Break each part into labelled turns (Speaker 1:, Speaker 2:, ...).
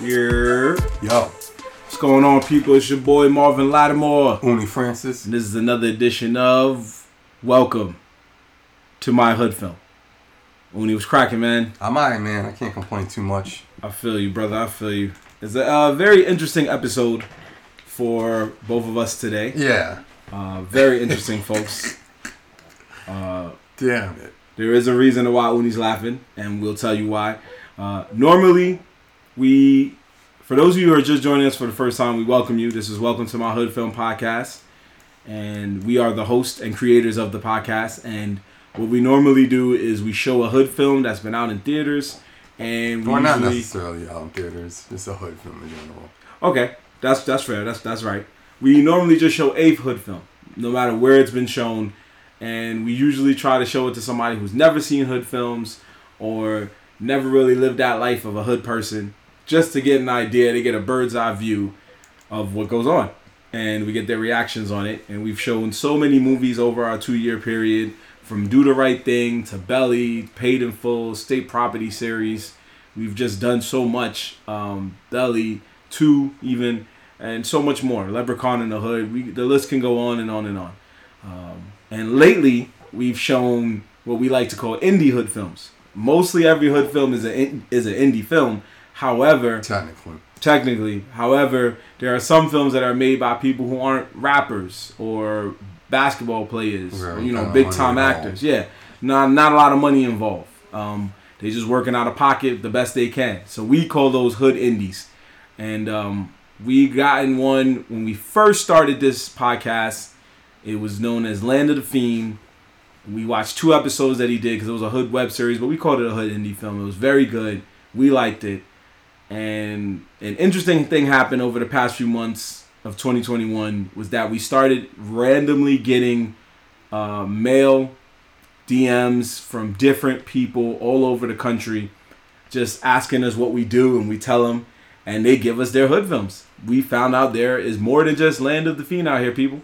Speaker 1: Yeah.
Speaker 2: Yo,
Speaker 1: What's going on, people? It's your boy Marvin Lattimore.
Speaker 2: Uni Francis.
Speaker 1: And this is another edition of Welcome to My Hood Film. Uni was cracking, man.
Speaker 2: I'm alright, man. I can't complain too much.
Speaker 1: I feel you, brother. I feel you. It's a uh, very interesting episode for both of us today.
Speaker 2: Yeah.
Speaker 1: Uh, very interesting, folks. Uh,
Speaker 2: Damn it.
Speaker 1: There is a reason why Uni's laughing, and we'll tell you why. Uh, normally, we, for those of you who are just joining us for the first time, we welcome you. This is Welcome to My Hood Film Podcast, and we are the host and creators of the podcast. And what we normally do is we show a hood film that's been out in theaters, and we
Speaker 2: Well, not
Speaker 1: usually-
Speaker 2: necessarily out in theaters. It's a hood film in general.
Speaker 1: Okay, that's that's fair. That's that's right. We normally just show a hood film, no matter where it's been shown, and we usually try to show it to somebody who's never seen hood films or never really lived that life of a hood person, just to get an idea, to get a bird's eye view of what goes on, and we get their reactions on it. And we've shown so many movies over our two-year period, from Do the Right Thing to Belly, Paid in Full, State Property series. We've just done so much. Um, Belly two even and so much more leprechaun in the hood we, the list can go on and on and on um, and lately we've shown what we like to call indie hood films mostly every hood film is an is an indie film however
Speaker 2: Technically.
Speaker 1: technically however there are some films that are made by people who aren't rappers or basketball players or,
Speaker 2: Right,
Speaker 1: you know
Speaker 2: uh,
Speaker 1: big time
Speaker 2: money
Speaker 1: actors yeah not not a lot of money involved um, they just working out of pocket the best they can so we call those hood indies and um, we gotten one when we first started this podcast it was known as land of the fiend we watched two episodes that he did because it was a hood web series but we called it a hood indie film it was very good we liked it and an interesting thing happened over the past few months of 2021 was that we started randomly getting uh, mail DMs from different people all over the country just asking us what we do and we tell them and they give us their hood films. We found out there is more than just Land of the Fiend out here, people.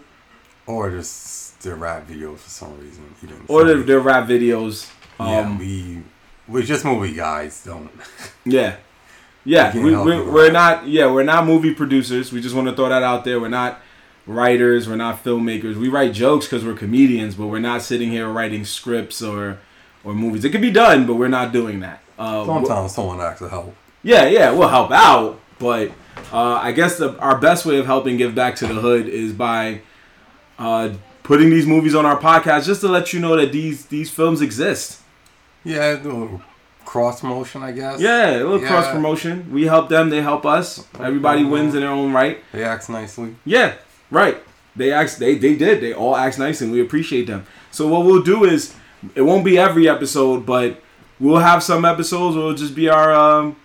Speaker 2: Or just their rap videos for some reason. Even
Speaker 1: Or their, their rap videos.
Speaker 2: yeah,
Speaker 1: Um,
Speaker 2: we we just movie guys don't.
Speaker 1: Yeah. Yeah,
Speaker 2: We can't
Speaker 1: we,
Speaker 2: help
Speaker 1: we,
Speaker 2: it, right?
Speaker 1: we're not. Yeah, we're not movie producers. We just want to throw that out there. We're not writers. We're not filmmakers. We write jokes because we're comedians, but we're not sitting here writing scripts or or movies. It could be done, but we're not doing that. Uh, wh-
Speaker 2: Sometimes someone acts to help.
Speaker 1: yeah, yeah, we'll help out, but uh, I guess the, our best way of helping give back to the hood is by uh, putting these movies on our podcast, just to let you know that these these films exist.
Speaker 2: Yeah, a little cross motion, I guess.
Speaker 1: Yeah, a little
Speaker 2: Yeah.
Speaker 1: cross promotion. We help them, they help us. Everybody wins in their own right.
Speaker 2: They acts nicely.
Speaker 1: Yeah, right. They asked. They they did. They all asked nice, and we appreciate them. So what we'll do is, it won't be every episode, but we'll have some episodes. Where it'll just be our um,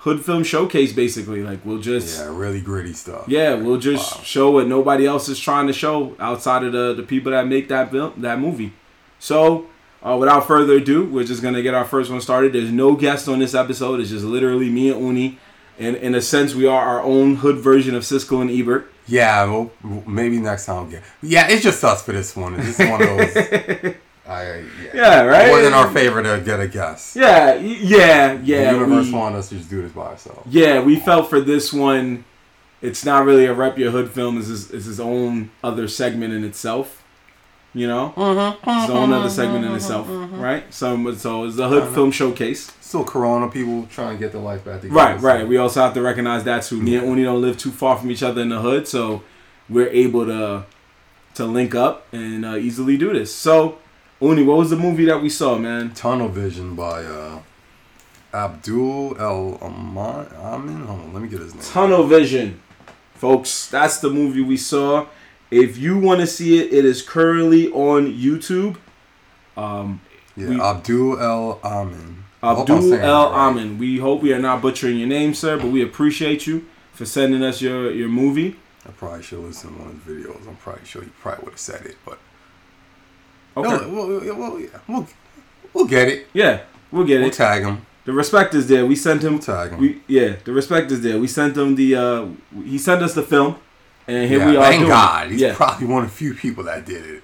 Speaker 1: hood film showcase, basically. Like we'll just
Speaker 2: Yeah, really gritty stuff.
Speaker 1: yeah, we'll just
Speaker 2: Wow.
Speaker 1: show what nobody else is trying to show outside of the, the people that make that film, that movie. So, uh, without further ado, we're just gonna get our first one started. There's no guest on this episode. It's just literally me and Uni, and in a sense, we are our own hood version of Siskel and Ebert.
Speaker 2: Yeah, well, maybe next time. Yeah, yeah, it's just us for this one. It's one of those. I, yeah.
Speaker 1: Yeah, right?
Speaker 2: It wasn't our favor to get a guess.
Speaker 1: Yeah, y- yeah, yeah.
Speaker 2: the universe
Speaker 1: we,
Speaker 2: wanted us to just do this by ourselves.
Speaker 1: Yeah, we felt for this one. It's not really a rep your hood film. It's his, it's his own other segment in itself. You know, it's his own other segment in itself, right? So, so it's the hood film showcase.
Speaker 2: Still, Corona people trying to get their life back together.
Speaker 1: Right,
Speaker 2: so-
Speaker 1: right. We also have to recognize that too. Me and Uni don't live too far from each other in the hood, so we're able to to link up and uh, easily do this. So, Uni, what was the movie that we saw, man?
Speaker 2: Tunnel Vision by uh, Abdul El Aman. Amin. Hold on, let me get his name.
Speaker 1: Tunnel Vision, folks. That's the movie we saw. If you want to see it, it is currently on YouTube. Um,
Speaker 2: yeah,
Speaker 1: we-
Speaker 2: Abdul El Amin. I hope I'm
Speaker 1: Abdul
Speaker 2: saying
Speaker 1: El
Speaker 2: that right.
Speaker 1: Amin. We hope we are not butchering your name, sir, but we appreciate you for sending us your your movie.
Speaker 2: I probably should listen to one of his videos. I'm probably sure he probably would have said it, but
Speaker 1: Okay.
Speaker 2: we'll, we'll, we'll- yeah, we'll, we'll get it.
Speaker 1: Yeah, we'll get
Speaker 2: We'll
Speaker 1: it.
Speaker 2: tag him.
Speaker 1: The respect is there. We sent him.
Speaker 2: We'll tag him.
Speaker 1: We yeah. The respect is there. We sent him the. uh He sent us the film, and here
Speaker 2: yeah,
Speaker 1: we are.
Speaker 2: Thank
Speaker 1: doing it.
Speaker 2: God. He's
Speaker 1: Yeah.
Speaker 2: probably one of the few people that did it.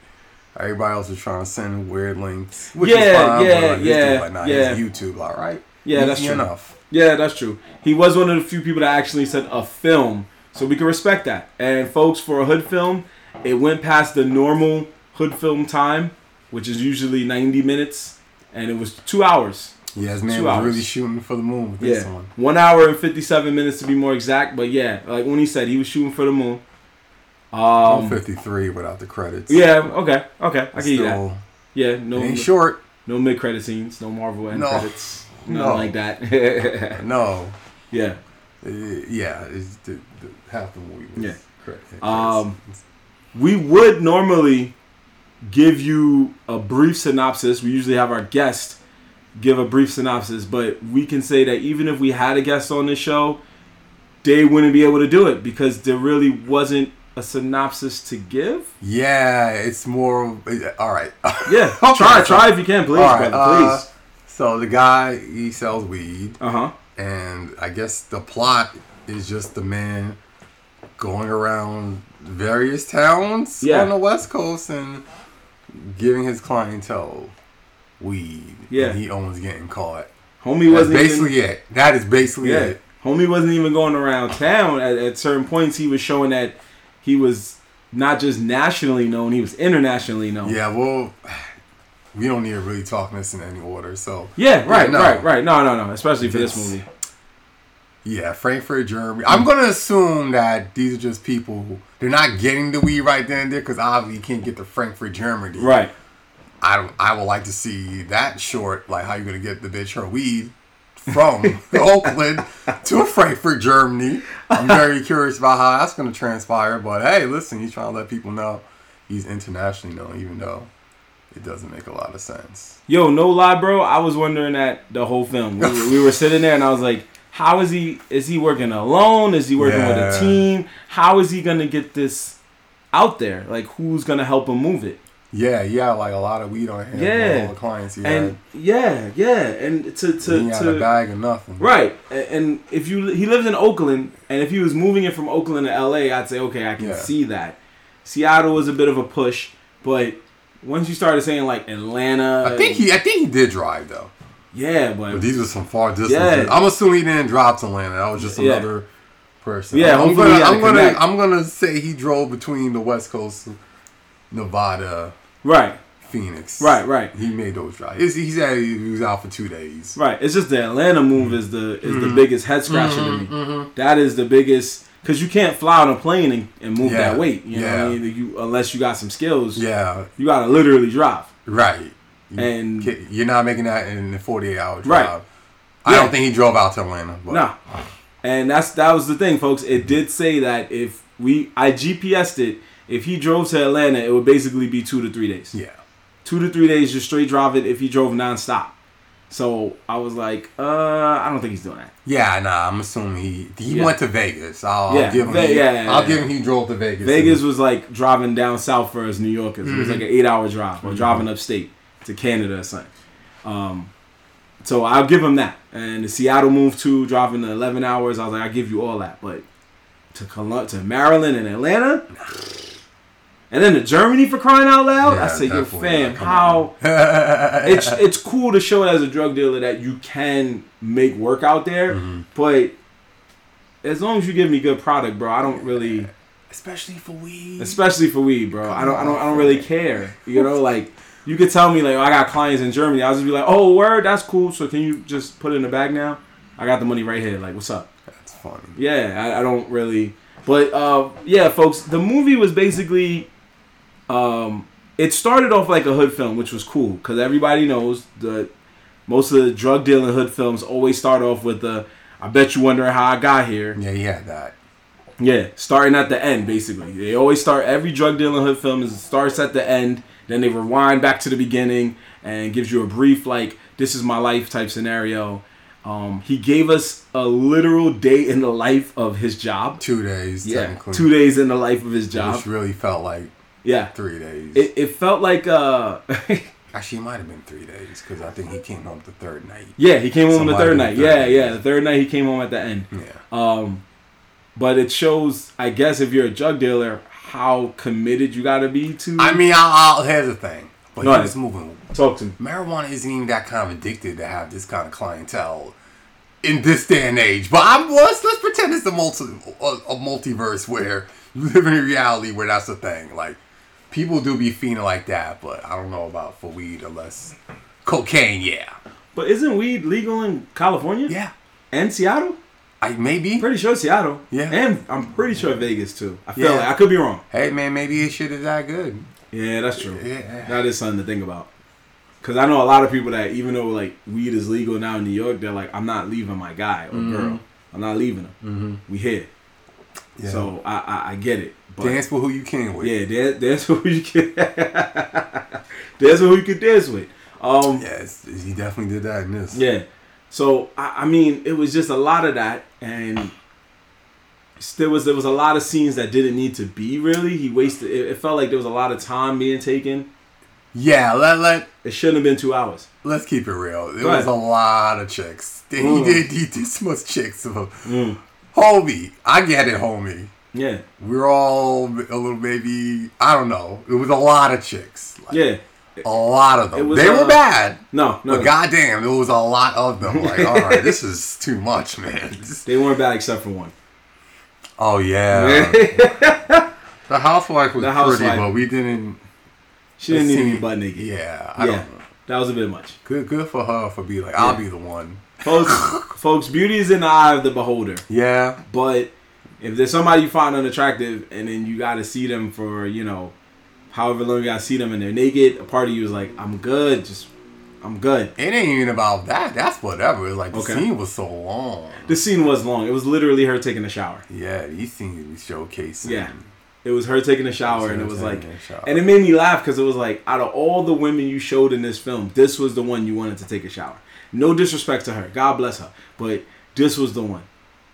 Speaker 2: Everybody else was trying to send weird links.
Speaker 1: Yeah, yeah,
Speaker 2: but, like, this dude
Speaker 1: yeah,
Speaker 2: like, nah,
Speaker 1: yeah.
Speaker 2: He's YouTube, all right.
Speaker 1: Yeah, that's
Speaker 2: Easy
Speaker 1: true.
Speaker 2: enough.
Speaker 1: Yeah, that's true. He was one of the few people that actually said a film, so we can respect that. And folks, for a hood film, it went past the normal hood film time, which is usually 90 minutes, and it was two hours.
Speaker 2: Yeah, this man
Speaker 1: Two
Speaker 2: was
Speaker 1: hours.
Speaker 2: really shooting for the moon with this
Speaker 1: yeah,
Speaker 2: one.
Speaker 1: one hour and 57 minutes to be more exact. But yeah, like when he said, he was shooting for the moon.
Speaker 2: Um,
Speaker 1: Um,
Speaker 2: 53 without the credits.
Speaker 1: yeah, okay, okay, I can you that.
Speaker 2: Still,
Speaker 1: Yeah,
Speaker 2: it
Speaker 1: no,
Speaker 2: ain't short.
Speaker 1: no mid credit scenes, no Marvel end
Speaker 2: No.
Speaker 1: credits, nothing
Speaker 2: No.
Speaker 1: like that.
Speaker 2: No.
Speaker 1: yeah.
Speaker 2: Uh, yeah, it's the, the, half the movie. Was
Speaker 1: Yeah.
Speaker 2: Credits.
Speaker 1: Um, we would normally give you a brief synopsis. We usually have our guest give a brief synopsis, but we can say that even if we had a guest on this show, they wouldn't be able to do it because there really wasn't a synopsis to give.
Speaker 2: yeah, it's more. uh, All right.
Speaker 1: Yeah,
Speaker 2: Okay,
Speaker 1: try
Speaker 2: so-
Speaker 1: try if you can, please,
Speaker 2: All right,
Speaker 1: brother,
Speaker 2: uh,
Speaker 1: please.
Speaker 2: so the guy he sells weed,
Speaker 1: Uh huh.
Speaker 2: and I guess the plot is just the man going around various towns
Speaker 1: Yeah.
Speaker 2: on the West Coast and giving his clientele weed.
Speaker 1: Yeah.
Speaker 2: and he owns getting caught.
Speaker 1: Homie
Speaker 2: That's
Speaker 1: wasn't even,
Speaker 2: basically it. That is basically
Speaker 1: yeah.
Speaker 2: it.
Speaker 1: Homie wasn't even going around town. At, at certain points, he was showing that he was not just nationally known; he was internationally known.
Speaker 2: Yeah, well, we don't need to really talk this in any order. So
Speaker 1: Yeah, right,
Speaker 2: no.
Speaker 1: right, right. No, no, no. Especially for this
Speaker 2: Yes.
Speaker 1: movie.
Speaker 2: Yeah, Frankfurt, Germany. I'm gonna assume that these are just people who they're not getting the weed right then and there because obviously you can't get to Frankfurt, Germany.
Speaker 1: Right.
Speaker 2: I don't- I would like to see that short. Like how you gonna get the bitch her weed from Oakland to Frankfurt, Germany. I'm very curious about how that's gonna transpire. But hey, listen, he's trying to let people know he's internationally known, even though it doesn't make a lot of sense.
Speaker 1: Yo, no lie, bro. I was wondering that the whole film. We, were- we were sitting there, and I was like, "How is he? Is he working alone? Is he working with
Speaker 2: Yeah.
Speaker 1: a team? How is he gonna get this out there? Like, who's gonna help him move it?"
Speaker 2: Yeah, yeah, like a lot of weed on him.
Speaker 1: Yeah.
Speaker 2: all the clients he
Speaker 1: And yeah, yeah, and to
Speaker 2: had. He
Speaker 1: to,
Speaker 2: ain't had a
Speaker 1: to
Speaker 2: bag of nothing.
Speaker 1: right. A- And if you he lives in Oakland, and if he was moving it from Oakland to L.A., I'd say okay, I can
Speaker 2: Yeah.
Speaker 1: see that. Seattle was a bit of a push, but once you started saying like Atlanta,
Speaker 2: I think he I think he did drive though.
Speaker 1: Yeah, but,
Speaker 2: But these were some far distances.
Speaker 1: Yeah.
Speaker 2: I'm assuming he didn't drop to Atlanta. That was just
Speaker 1: Yeah.
Speaker 2: another person.
Speaker 1: Yeah,
Speaker 2: I'm
Speaker 1: hopefully
Speaker 2: gonna
Speaker 1: he had
Speaker 2: I'm
Speaker 1: a
Speaker 2: gonna,
Speaker 1: connect.
Speaker 2: I'm gonna say he drove between the West Coast, Nevada,
Speaker 1: right,
Speaker 2: Phoenix.
Speaker 1: right, right,
Speaker 2: He made those drives. He's- He said he was out for two days.
Speaker 1: right. It's just the Atlanta move is the is
Speaker 2: Mm-hmm.
Speaker 1: the biggest head scratcher to me. That is the biggest because you can't fly on a plane and, and move
Speaker 2: Yeah,
Speaker 1: that weight. You know
Speaker 2: yeah.
Speaker 1: what I mean? You unless you got some skills,
Speaker 2: Yeah,
Speaker 1: you gotta literally drive.
Speaker 2: right. You
Speaker 1: And-
Speaker 2: can't- you're not making that in a 48 hour drive.
Speaker 1: Right.
Speaker 2: I
Speaker 1: Yeah.
Speaker 2: don't think he drove out to Atlanta. But
Speaker 1: Nah. And that's that was the thing, folks. It did say that if we I GPSed it, if he drove to Atlanta, it would basically be two to three days.
Speaker 2: Yeah.
Speaker 1: Two to three days just straight driving if he drove nonstop. So I was like, uh, I don't think he's doing that.
Speaker 2: Yeah, nah. I'm assuming he he
Speaker 1: Yeah.
Speaker 2: went to Vegas. I'll,
Speaker 1: Yeah,
Speaker 2: I'll give him.
Speaker 1: Ve-
Speaker 2: he-
Speaker 1: yeah, yeah,
Speaker 2: I'll
Speaker 1: yeah.
Speaker 2: give him. He drove to Vegas.
Speaker 1: Vegas was like driving down south for us New Yorkers. It was like an
Speaker 2: Mm-hmm.
Speaker 1: eight hour drive or driving upstate to Canada or something. Um, so I'll give him that. And the Seattle move too, driving the 11 hours. I was like, I'll give you all that. But to Col- to Maryland and Atlanta, and then to Germany for crying out loud, I
Speaker 2: Yeah,
Speaker 1: say, yo,
Speaker 2: definitely.
Speaker 1: fam,
Speaker 2: Like, come
Speaker 1: how.
Speaker 2: and-
Speaker 1: It's, it's cool to show as a drug dealer that you can make work out there,
Speaker 2: Mm-hmm.
Speaker 1: but as long as you give me good product, bro, I don't really.
Speaker 2: especially for weed.
Speaker 1: especially for weed, bro. I don't, I don't, I don't really care. You know, like you could tell me like oh, I got clients in Germany. I'll just be like, oh, word, that's cool. So can you just put it in the bag now? I got the money right here. Like, what's up?
Speaker 2: That's funny.
Speaker 1: Yeah, I, I don't really. But uh, yeah, folks, the movie was basically. Um, it started off like a hood film, which was cool because everybody knows that most of the drug dealing hood films always start off with the. I bet you wondering how I got here.
Speaker 2: Yeah, he had that.
Speaker 1: Yeah, starting at the end, basically. They always start every drug dealing hood film is starts at the end, then they rewind back to the beginning and gives you a brief like this is my life type scenario. Um, he gave us a literal day in the life of his job.
Speaker 2: Two days,
Speaker 1: Yeah,
Speaker 2: technically.
Speaker 1: two days in the life of his job.
Speaker 2: Which really felt like
Speaker 1: Yeah,
Speaker 2: three days.
Speaker 1: it, it felt like uh,
Speaker 2: Actually, it might have been three days because I think he came home the third night.
Speaker 1: yeah, he came home the
Speaker 2: Somebody
Speaker 1: third
Speaker 2: the
Speaker 1: night.
Speaker 2: third
Speaker 1: yeah,
Speaker 2: night. Hmm.
Speaker 1: yeah, the third night he came home at the end.
Speaker 2: Yeah.
Speaker 1: Um, but it shows, I guess, if you're a drug dealer, how committed you got to be to.
Speaker 2: I mean, I'll, I'll, here's the thing. But
Speaker 1: No,
Speaker 2: he
Speaker 1: I-
Speaker 2: was moving.
Speaker 1: Talk to me.
Speaker 2: Marijuana isn't even that kind of addicted to have this kind of clientele in this day and age. But I'm let's, let's pretend it's a multi a, a multiverse where you live in a reality where that's a thing. Like people do be feeling like that, but I don't know about for weed unless cocaine. Yeah,
Speaker 1: But isn't weed legal in California?
Speaker 2: yeah,
Speaker 1: And Seattle?
Speaker 2: I maybe.
Speaker 1: Pretty sure Seattle.
Speaker 2: Yeah.
Speaker 1: And I'm pretty sure Vegas too. I feel
Speaker 2: Yeah.
Speaker 1: like I could be wrong.
Speaker 2: Hey man, maybe his shit is that good.
Speaker 1: Yeah, that's true.
Speaker 2: Yeah.
Speaker 1: That is something to think about. Cause I know a lot of people that even though like weed is legal now in New York, they're like, I'm not leaving my guy or girl. I'm not leaving him. We here.
Speaker 2: Yeah.
Speaker 1: So I, I I get it. But
Speaker 2: dance with who you can with.
Speaker 1: yeah, that, that's who you can. that's who you could dance with. Um,
Speaker 2: Yes, he definitely did that in this.
Speaker 1: Yeah. So I, I mean, it was just a lot of that, and there was there was a lot of scenes that didn't need to be really. He wasted. It, it felt like there was a lot of time being taken.
Speaker 2: Yeah, let let
Speaker 1: It shouldn't have been two hours.
Speaker 2: let's keep it real. It
Speaker 1: Go
Speaker 2: was
Speaker 1: ahead.
Speaker 2: a lot of chicks. He
Speaker 1: Mm.
Speaker 2: did he did so much chicks of homie. I get it, homie.
Speaker 1: Yeah.
Speaker 2: We're all a little maybe I don't know. It was a lot of chicks. Like,
Speaker 1: Yeah.
Speaker 2: A lot of
Speaker 1: It
Speaker 2: them.
Speaker 1: was,
Speaker 2: They
Speaker 1: uh,
Speaker 2: were bad.
Speaker 1: No. No.
Speaker 2: But goddamn, it was a lot of them. Like, all right, this is too much, man. This-
Speaker 1: they weren't bad except for one.
Speaker 2: oh yeah, the housewife was
Speaker 1: The
Speaker 2: pretty,
Speaker 1: housewife.
Speaker 2: but we didn't.
Speaker 1: she didn't need to be
Speaker 2: see-
Speaker 1: butt naked.
Speaker 2: Yeah, I
Speaker 1: Yeah.
Speaker 2: don't. know.
Speaker 1: That was a bit much.
Speaker 2: Good, good for her for being like, I'll be the one.
Speaker 1: Folks, folks, beauty is in the eye of the beholder.
Speaker 2: Yeah,
Speaker 1: But if there's somebody you find unattractive and then you got to see them for, you know, however long you got to see them and they're naked, a part of you is like, I'm good. Just, I'm good.
Speaker 2: it ain't even about that. That's whatever. It's like the
Speaker 1: Okay.
Speaker 2: scene was so long.
Speaker 1: The scene was long. It was literally her taking a shower.
Speaker 2: Yeah, these scenes we showcasing.
Speaker 1: Yeah. It was her taking a shower
Speaker 2: her
Speaker 1: and it was like,
Speaker 2: taking a shower.
Speaker 1: and it made me laugh because it was like, out of all the women you showed in this film, this was the one you wanted to take a shower. No disrespect to her. God bless her. But this was the one.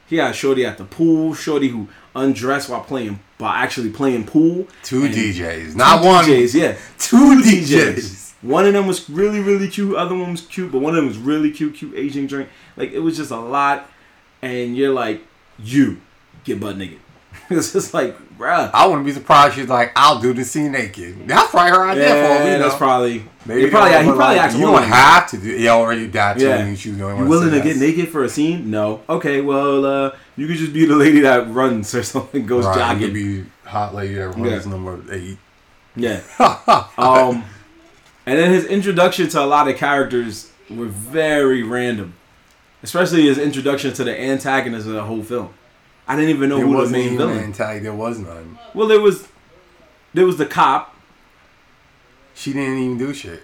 Speaker 1: He had Shorty at the pool, Shorty who undressed while playing, by actually playing pool.
Speaker 2: two
Speaker 1: And-
Speaker 2: DJs, not one.
Speaker 1: DJs, yeah.
Speaker 2: Two DJs.
Speaker 1: DJs. One of them was really, really cute. Other one was cute, but one of them was really cute, cute Asian drink. Like it was just a lot, and you're like, you get butt naked. it's just like, bruh.
Speaker 2: I wouldn't be surprised. She's like, I'll do the scene naked. That's probably her idea for all
Speaker 1: Yeah,
Speaker 2: we know.
Speaker 1: that's probably.
Speaker 2: Maybe
Speaker 1: they probably,
Speaker 2: they
Speaker 1: he
Speaker 2: were
Speaker 1: probably
Speaker 2: like,
Speaker 1: asked
Speaker 2: You
Speaker 1: one
Speaker 2: don't
Speaker 1: of them,
Speaker 2: have to do. Yeah, already died.
Speaker 1: Yeah.
Speaker 2: Yeah, she was going.
Speaker 1: You willing to get naked for a scene? No. Okay, well, uh, you could just be the lady that runs or something, goes
Speaker 2: Right, you
Speaker 1: jogging.
Speaker 2: could be hot lady that runs
Speaker 1: Yeah.
Speaker 2: number eight.
Speaker 1: Yeah. um, and then his introduction to a lot of characters were very random, especially his introduction to the antagonist of the whole film. I didn't even know
Speaker 2: There
Speaker 1: who the
Speaker 2: wasn't
Speaker 1: main
Speaker 2: even
Speaker 1: villain.
Speaker 2: an tag. There was none.
Speaker 1: Well, there was, there was the cop.
Speaker 2: She didn't even do shit.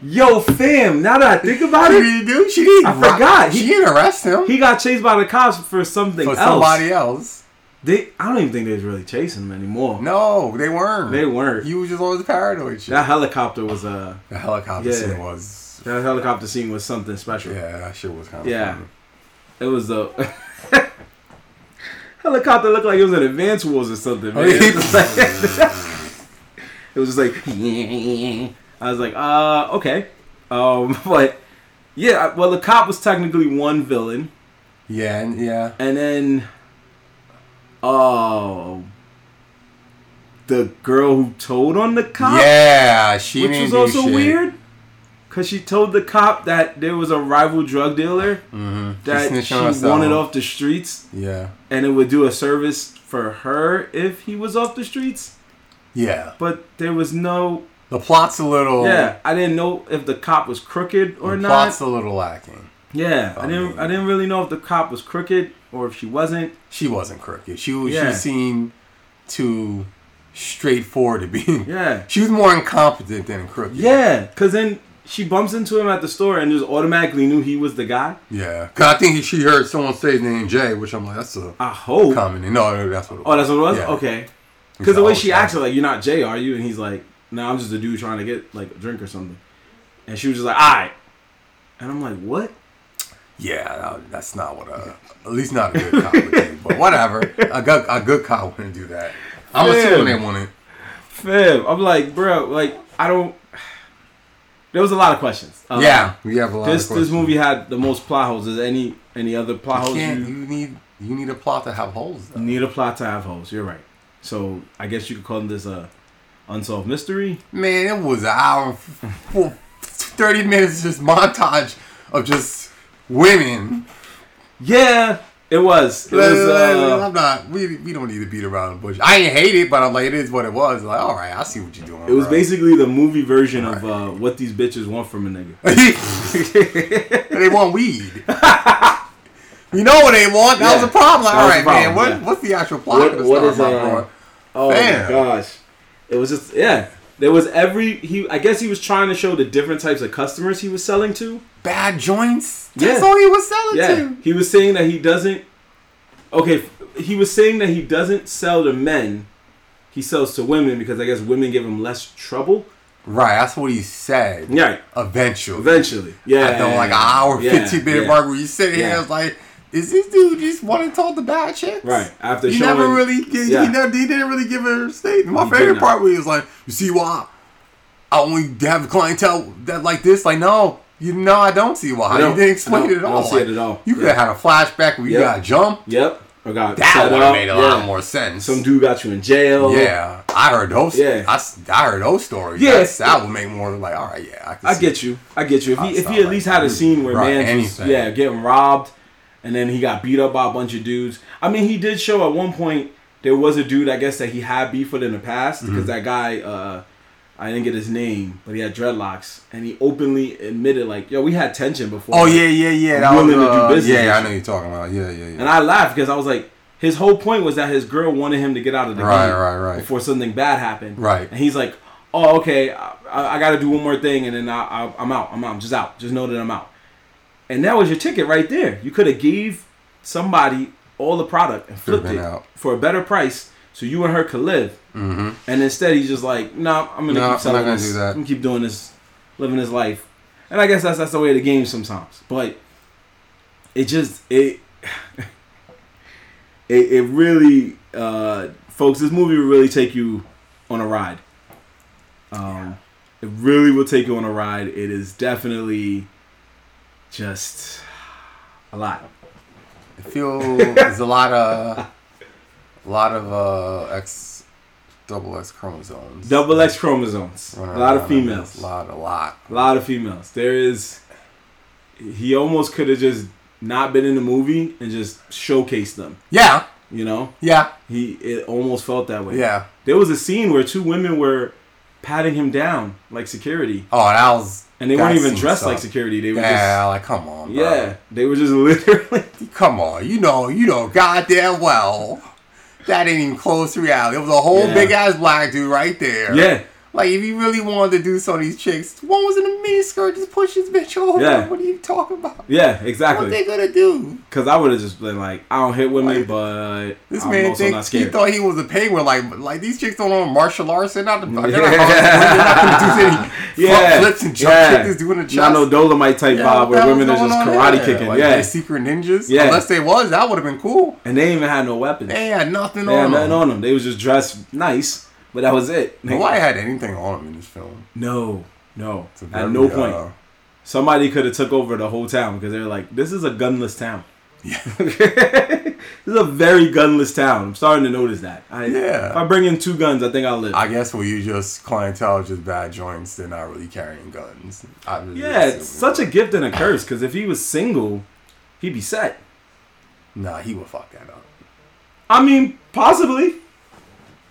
Speaker 1: Yo, fam. Now that I think about
Speaker 2: She
Speaker 1: it,
Speaker 2: didn't do. She didn't.
Speaker 1: I forgot.
Speaker 2: She
Speaker 1: He-
Speaker 2: didn't arrest him
Speaker 1: he got chased by the cops for something
Speaker 2: for
Speaker 1: else.
Speaker 2: somebody else.
Speaker 1: They, I don't even think they was really chasing him anymore.
Speaker 2: No, they weren't.
Speaker 1: They weren't.
Speaker 2: He was just always paranoid. Shit.
Speaker 1: That helicopter was uh,
Speaker 2: the helicopter
Speaker 1: Yeah.
Speaker 2: scene was.
Speaker 1: that helicopter scene was something special.
Speaker 2: Yeah, that shit was kind of.
Speaker 1: Yeah. It was the helicopter looked like it was in Advance Wars or something,
Speaker 2: Oh,
Speaker 1: man. It was, like, it was just like I was like, uh, okay. Um, but yeah, I- well the cop was technically one villain,
Speaker 2: Yeah, and yeah.
Speaker 1: and then oh the girl who told on the cop
Speaker 2: Yeah, she
Speaker 1: which
Speaker 2: didn't
Speaker 1: was
Speaker 2: do
Speaker 1: also
Speaker 2: shit.
Speaker 1: weird because she told the cop that there was a rival drug dealer that
Speaker 2: Mm-hmm. snitched
Speaker 1: she
Speaker 2: on herself.
Speaker 1: wanted off the streets
Speaker 2: Yeah,
Speaker 1: and it would do a service for her if he was off the streets
Speaker 2: yeah.
Speaker 1: but there was no
Speaker 2: The plot's a little.
Speaker 1: yeah i didn't know if the cop was crooked or
Speaker 2: the
Speaker 1: not
Speaker 2: plot's a little lacking.
Speaker 1: yeah i
Speaker 2: I
Speaker 1: didn't
Speaker 2: mean-
Speaker 1: i didn't really know if the cop was crooked or if she wasn't
Speaker 2: She wasn't crooked. She was.
Speaker 1: Yeah.
Speaker 2: She seemed too straightforward to be.
Speaker 1: yeah
Speaker 2: She was more incompetent than crooked.
Speaker 1: yeah because then she bumps into him at the store and just automatically knew he was the guy
Speaker 2: Yeah. Cause I think she heard someone say his name Jay, which I'm like, that's a
Speaker 1: i hope
Speaker 2: common name. No, that's what it was.
Speaker 1: oh that's what it was
Speaker 2: Yeah.
Speaker 1: okay Because the way she
Speaker 2: Oh,
Speaker 1: acts, like you're not Jay, are you? And he's like, No, I'm just a dude trying to get like a drink or something. And she was just like, All right. And I'm like, What?
Speaker 2: Yeah, that- that's not what a. At least not a good cop would do. But whatever. A good, a good cop wouldn't do that. I'm
Speaker 1: Yeah.
Speaker 2: assuming they wouldn't.
Speaker 1: Fib. I'm like, bro, like I don't. There was a lot of questions. Uh,
Speaker 2: yeah, we have a lot
Speaker 1: This
Speaker 2: of questions.
Speaker 1: this movie had the most plot holes. Is there any any other plot
Speaker 2: You
Speaker 1: holes?
Speaker 2: can't.
Speaker 1: You
Speaker 2: You need. You need a plot to have holes. Though.
Speaker 1: need a plot to have holes. You're right. So I guess you could call this a Unsolved Mystery.
Speaker 2: Man, it was an hour, f- f- thirty minutes just montage of just women.
Speaker 1: Yeah, it was. It was. Uh,
Speaker 2: I'm not. We, we don't need to beat around the bush. I ain't hate it, but I'm like, it is what it was. Like, all right, I see what you're doing.
Speaker 1: it was
Speaker 2: bro.
Speaker 1: basically the movie version of uh, what these bitches want from a nigga.
Speaker 2: they want weed. you know what they want?
Speaker 1: Yeah,
Speaker 2: That was a problem. Like,
Speaker 1: that
Speaker 2: all
Speaker 1: was
Speaker 2: right,
Speaker 1: the
Speaker 2: man. What
Speaker 1: problem, yeah.
Speaker 2: what's the actual plot?
Speaker 1: What-
Speaker 2: of this
Speaker 1: what
Speaker 2: story,
Speaker 1: is,
Speaker 2: my
Speaker 1: uh,
Speaker 2: bro?
Speaker 1: Oh
Speaker 2: Damn.
Speaker 1: my gosh. It was just yeah. There was every he I guess he was trying to show the different types of customers he was selling to.
Speaker 2: Bad joints. That's
Speaker 1: Yeah.
Speaker 2: all he was selling
Speaker 1: Yeah.
Speaker 2: to.
Speaker 1: He was saying that he doesn't Okay, f- he was saying that he doesn't sell to men. He sells to women because I guess women give him less trouble.
Speaker 2: Right. That's what he said.
Speaker 1: Yeah.
Speaker 2: Eventually.
Speaker 1: Eventually. Yeah.
Speaker 2: After like an hour,
Speaker 1: Yeah,
Speaker 2: fifteen minute
Speaker 1: yeah.
Speaker 2: mark, where you sit here,
Speaker 1: Yeah.
Speaker 2: I was like, "Is this dude just want to talk the bad chicks?"
Speaker 1: Right. After
Speaker 2: He
Speaker 1: showing
Speaker 2: never really, he,
Speaker 1: yeah.
Speaker 2: he, never, he didn't really give a statement. My
Speaker 1: He did
Speaker 2: favorite
Speaker 1: not.
Speaker 2: part was he was like, "You see why I only have clientele that like this?" Like, no, you know, I don't see why.
Speaker 1: I
Speaker 2: You
Speaker 1: don't-
Speaker 2: didn't explain
Speaker 1: I don't-
Speaker 2: it at
Speaker 1: I
Speaker 2: all.
Speaker 1: don't see it
Speaker 2: Like,
Speaker 1: at all.
Speaker 2: You could
Speaker 1: Yeah.
Speaker 2: have had a flashback where you
Speaker 1: Yep.
Speaker 2: got jumped.
Speaker 1: Yep. I got
Speaker 2: That
Speaker 1: set
Speaker 2: would
Speaker 1: up.
Speaker 2: have made a lot
Speaker 1: Yeah.
Speaker 2: more sense.
Speaker 1: Some dude got you in jail.
Speaker 2: Yeah, I heard those.
Speaker 1: Yeah.
Speaker 2: Yeah, I, s- I heard those stories.
Speaker 1: Yeah.
Speaker 2: That's- that would make more like, all right, yeah, I, can
Speaker 1: I
Speaker 2: see
Speaker 1: get you. I get you. If he,
Speaker 2: I'll
Speaker 1: if
Speaker 2: stop
Speaker 1: he at
Speaker 2: right
Speaker 1: least
Speaker 2: there.
Speaker 1: had a scene where
Speaker 2: Right,
Speaker 1: man was
Speaker 2: anything.
Speaker 1: yeah getting robbed, and then he got beat up by a bunch of dudes. I mean, he did show at one point there was a dude I guess that he had beef with in the past
Speaker 2: Mm-hmm.
Speaker 1: because that guy uh, I didn't get his name, but he had dreadlocks and he openly admitted like yo we had tension before.
Speaker 2: Oh yeah, yeah, yeah. That
Speaker 1: willing
Speaker 2: was,
Speaker 1: to do
Speaker 2: uh,
Speaker 1: business
Speaker 2: yeah,
Speaker 1: with
Speaker 2: I know you're talking about. Yeah, yeah, yeah.
Speaker 1: And I laughed because I was like, his whole point was that his girl wanted him to get out of the
Speaker 2: Right,
Speaker 1: game
Speaker 2: right, right.
Speaker 1: before something bad happened.
Speaker 2: Right.
Speaker 1: And he's like, oh, okay, I, I got to do one more thing and then I, I, I'm out. I'm out. I'm just out. Just know that I'm out. And that was your ticket right there. You could have gave somebody all the product and flipped
Speaker 2: been
Speaker 1: it
Speaker 2: out.
Speaker 1: for a better price so you and her could live. Mm-hmm. And instead, he's just like, nah, I'm going to
Speaker 2: Nah,
Speaker 1: keep
Speaker 2: I'm not
Speaker 1: selling
Speaker 2: gonna
Speaker 1: this.
Speaker 2: do that.
Speaker 1: I'm going to keep doing this, living this life. And I guess that's, that's the way of the game sometimes. But it just, it, it, it really uh folks this movie will really take you on a ride um it really will take you on a ride it is definitely just a lot
Speaker 2: I feel there's a lot of, a lot of uh, X, double X chromosomes.
Speaker 1: double x chromosomes a
Speaker 2: Running
Speaker 1: lot of
Speaker 2: around in
Speaker 1: females
Speaker 2: this. lot, a lot.
Speaker 1: a lot of females there is he almost could have just not been in the movie and just showcased them
Speaker 2: Yeah,
Speaker 1: you know
Speaker 2: yeah,
Speaker 1: he it almost felt that way
Speaker 2: yeah.
Speaker 1: there was a scene where two women were patting him down like security
Speaker 2: Oh, that was.
Speaker 1: And they
Speaker 2: that
Speaker 1: weren't even
Speaker 2: scene
Speaker 1: dressed like
Speaker 2: sucked.
Speaker 1: security. They were
Speaker 2: Yeah, like come on.
Speaker 1: just
Speaker 2: Bro.
Speaker 1: yeah. They were just literally
Speaker 2: come on. You know, you know, goddamn well. That ain't even close to reality. It was a whole
Speaker 1: Yeah.
Speaker 2: big ass black dude right there.
Speaker 1: yeah
Speaker 2: Like if you really wanted to do some of these chicks, one was in a miniskirt, just push his bitch over.
Speaker 1: Yeah.
Speaker 2: What are you talking about?
Speaker 1: yeah
Speaker 2: What they
Speaker 1: exactly.
Speaker 2: gonna do?
Speaker 1: Because I would have just been like, I don't hit women,
Speaker 2: Like,
Speaker 1: but
Speaker 2: This
Speaker 1: I'm
Speaker 2: man
Speaker 1: also not
Speaker 2: thinks he
Speaker 1: scared.
Speaker 2: thought he was a penguin. Like, like these chicks don't know martial arts. They're not. They're not, they're not
Speaker 1: Yeah.
Speaker 2: gonna do any
Speaker 1: yeah,
Speaker 2: front flips and jump
Speaker 1: yeah.
Speaker 2: kick this dude in the chest.
Speaker 1: Not no Dolomite type
Speaker 2: Yeah,
Speaker 1: vibe
Speaker 2: what
Speaker 1: where
Speaker 2: the
Speaker 1: women are
Speaker 2: hell's
Speaker 1: just
Speaker 2: going on
Speaker 1: karate
Speaker 2: there?
Speaker 1: kicking.
Speaker 2: Like,
Speaker 1: yeah,
Speaker 2: they secret ninjas.
Speaker 1: Yeah.
Speaker 2: Unless they was, that would have been cool.
Speaker 1: and they even had no weapons.
Speaker 2: They had nothing
Speaker 1: they had
Speaker 2: on
Speaker 1: nothing
Speaker 2: them.
Speaker 1: on them. They was just dressed nice, but that was it.
Speaker 2: Nobody had anything on them in this film.
Speaker 1: No, no.
Speaker 2: It's a
Speaker 1: At
Speaker 2: very,
Speaker 1: no
Speaker 2: uh,
Speaker 1: point, somebody could have took over the whole town because they're like, this is a gunless town. this is a very gunless town. I'm starting to notice that. I,
Speaker 2: Yeah.
Speaker 1: If I bring in two guns, I think I'll live.
Speaker 2: I guess when you just clientele is just bad joints, they're not really carrying guns. I was
Speaker 1: yeah,
Speaker 2: just
Speaker 1: it's such a gift and a curse because if he was single, he'd be set.
Speaker 2: Nah, he would fuck that up.
Speaker 1: I mean, possibly.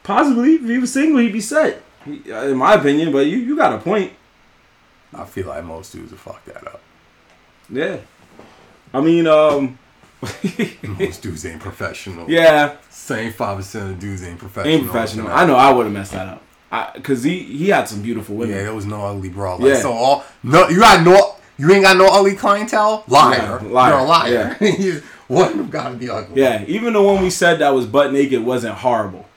Speaker 1: Possibly. If he was single, he'd be set. He- uh, In my opinion, but you, you got a point.
Speaker 2: I feel like most dudes would fuck that up.
Speaker 1: Yeah. I mean, um,
Speaker 2: Most dudes ain't professional.
Speaker 1: yeah.
Speaker 2: Same five percent of dudes ain't professional.
Speaker 1: Ain't professional. I know I would have messed that up. I, Cause he he had some beautiful women.
Speaker 2: Yeah, there was no ugly bro. Like,
Speaker 1: Yeah.
Speaker 2: So all no, you got no, you ain't got no ugly clientele. Liar,
Speaker 1: Yeah, liar,
Speaker 2: You're a liar. You- One of them gotta be ugly.
Speaker 1: Yeah, even the one we said that was butt naked wasn't horrible.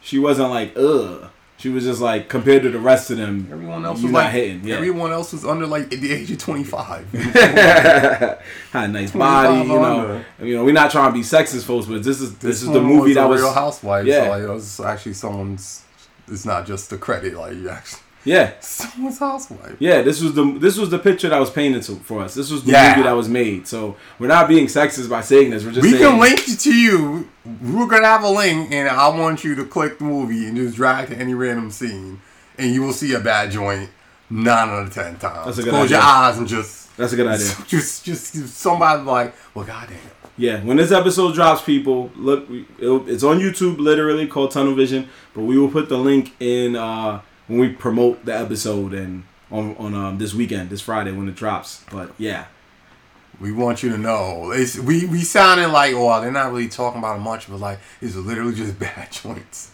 Speaker 1: She wasn't like ugh. She was just like compared to the rest of them.
Speaker 2: Everyone else
Speaker 1: you
Speaker 2: was
Speaker 1: not
Speaker 2: like
Speaker 1: hitting. Yeah,
Speaker 2: Everyone else was under like the age of twenty five.
Speaker 1: had a nice body.
Speaker 2: 25
Speaker 1: You know,
Speaker 2: under.
Speaker 1: you know, we're not trying to be sexist, folks, but this is this, is the
Speaker 2: one
Speaker 1: movie
Speaker 2: was
Speaker 1: that
Speaker 2: a
Speaker 1: was
Speaker 2: Real Housewives.
Speaker 1: yeah.
Speaker 2: So like, it was actually someone's. It's not just the credit. Like you actually,
Speaker 1: Yeah,
Speaker 2: Someone's housewife.
Speaker 1: yeah. This was the this was the picture that was painted to, for us. This was the
Speaker 2: Yeah.
Speaker 1: movie that was made. So we're not being sexist by saying this. We're just
Speaker 2: We
Speaker 1: saying
Speaker 2: can link it to you. We're gonna have a link, and I want you to click the movie and just drag to any random scene, and you will see a bad joint nine out of ten times.
Speaker 1: That's a good
Speaker 2: Close your
Speaker 1: idea.
Speaker 2: eyes and just,
Speaker 1: that's a good idea.
Speaker 2: just, just somebody like, well, goddamn.
Speaker 1: Yeah, when this episode drops, people look. we- it'll- It's on YouTube, literally called Tunnel Vision. But we will put the link in uh, when we promote the episode and on on um, this weekend, this Friday when it drops. But yeah,
Speaker 2: We want you to know. It's, we we sounded like, oh, they're not really talking about it much, but like, it's literally just bad joints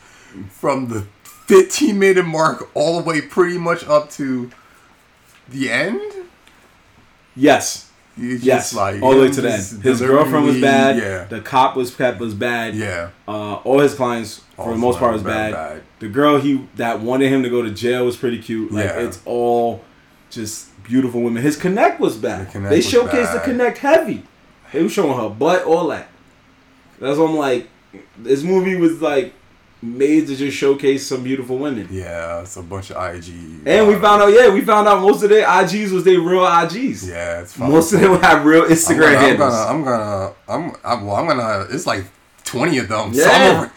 Speaker 2: from the 15 minute mark all the way pretty much up to the end.
Speaker 1: yes,
Speaker 2: You just,
Speaker 1: yes, all the way to the
Speaker 2: just
Speaker 1: end. His girlfriend was
Speaker 2: deliberately-
Speaker 1: bad.
Speaker 2: Yeah,
Speaker 1: The cop was kept was bad.
Speaker 2: yeah.
Speaker 1: Uh, all his clients for
Speaker 2: All
Speaker 1: the most part was
Speaker 2: his
Speaker 1: bad.
Speaker 2: clients were bad.
Speaker 1: The girl he that wanted him to go to jail was pretty cute. Like
Speaker 2: Yeah.
Speaker 1: it's all just beautiful women. His connect was bad.
Speaker 2: The Connect
Speaker 1: they
Speaker 2: was
Speaker 1: showcased the
Speaker 2: bad.
Speaker 1: connect heavy. They were showing her butt, all that. That's what I'm like. This movie was like made to just showcase some beautiful women.
Speaker 2: Yeah, it's a bunch of IG.
Speaker 1: And we
Speaker 2: uh,
Speaker 1: found out, yeah, we found out most of their IGs was their real IGs.
Speaker 2: Yeah, it's fine.
Speaker 1: Most of them have real
Speaker 2: I'm
Speaker 1: Instagram
Speaker 2: gonna, I'm
Speaker 1: handles.
Speaker 2: gonna, I'm gonna, I'm, I'm, well, I'm gonna. It's like 20 of them. So
Speaker 1: Yeah.
Speaker 2: I'm, over,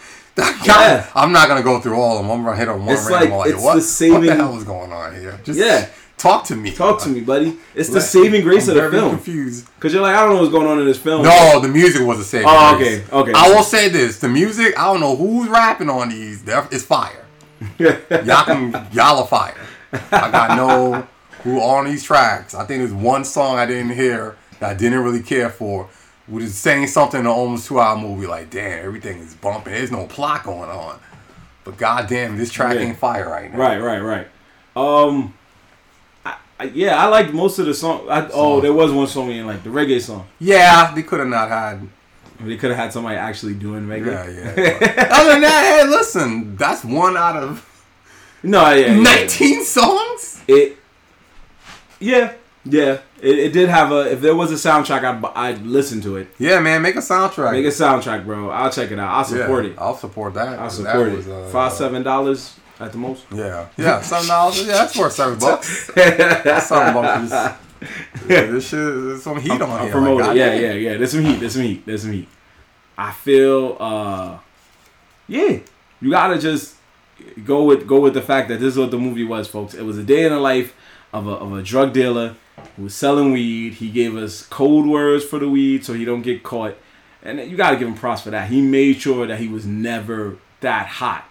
Speaker 1: Yeah.
Speaker 2: I'm not gonna go through all of them. I'm gonna hit on one
Speaker 1: It's
Speaker 2: random.
Speaker 1: like-
Speaker 2: like,
Speaker 1: it's
Speaker 2: what,
Speaker 1: the
Speaker 2: what
Speaker 1: saving-
Speaker 2: the hell is going on here? Just
Speaker 1: Yeah.
Speaker 2: talk to me.
Speaker 1: Talk to me, buddy. It's the
Speaker 2: Like,
Speaker 1: saving grace
Speaker 2: I'm
Speaker 1: of the
Speaker 2: very
Speaker 1: film.
Speaker 2: Confused.
Speaker 1: Cause you're like, I don't know what's going on in this film.
Speaker 2: No, the music was a saving.
Speaker 1: Oh,
Speaker 2: grace.
Speaker 1: okay, okay.
Speaker 2: I will say this: the music. I don't know who's rapping on these. They're, it's fire. y'all can y'all are fire. I got no who on these tracks. I think there's one song I didn't hear that I didn't really care for. Which is saying something in an almost two hour movie like, damn, everything is bumping. There's no plot going on. But goddamn, this track
Speaker 1: Yeah.
Speaker 2: ain't fire right now.
Speaker 1: Right, right, right. Um, I, I, yeah, I liked most of the song. I, oh, there was one song we didn't like, the reggae song.
Speaker 2: Yeah, they could have not had.
Speaker 1: They could have had somebody actually doing
Speaker 2: Yeah,
Speaker 1: reggae.
Speaker 2: yeah. but- Other than that, hey, listen, that's one out of
Speaker 1: No, yeah, yeah, yeah.
Speaker 2: 19 songs?
Speaker 1: It, yeah, yeah. It, it did have a. If there was a soundtrack, I'd, bu- I'd listen to it.
Speaker 2: Yeah, man, make a soundtrack.
Speaker 1: Make a soundtrack, bro. I'll check it out. I'll
Speaker 2: Yeah,
Speaker 1: support it.
Speaker 2: I'll support that.
Speaker 1: I'll
Speaker 2: That
Speaker 1: support it.
Speaker 2: was, uh,
Speaker 1: Five, seven dollars at the most.
Speaker 2: Yeah, yeah, seven dollars. Yeah, that's worth seven bucks. That's seven bucks. Yeah, this shit, there's some heat on
Speaker 1: I'm
Speaker 2: here.
Speaker 1: promoting.
Speaker 2: Like,
Speaker 1: yeah,
Speaker 2: goddamn.
Speaker 1: yeah, yeah. There's some heat. There's some heat. There's some heat. I feel. uh Yeah, you gotta just go with go with the fact that this is what the movie was, folks. It was a day in the life of a of a drug dealer who was selling weed. He gave us code words for the weed so he don't get caught, and you gotta give him props for that. He made sure that he was never that hot.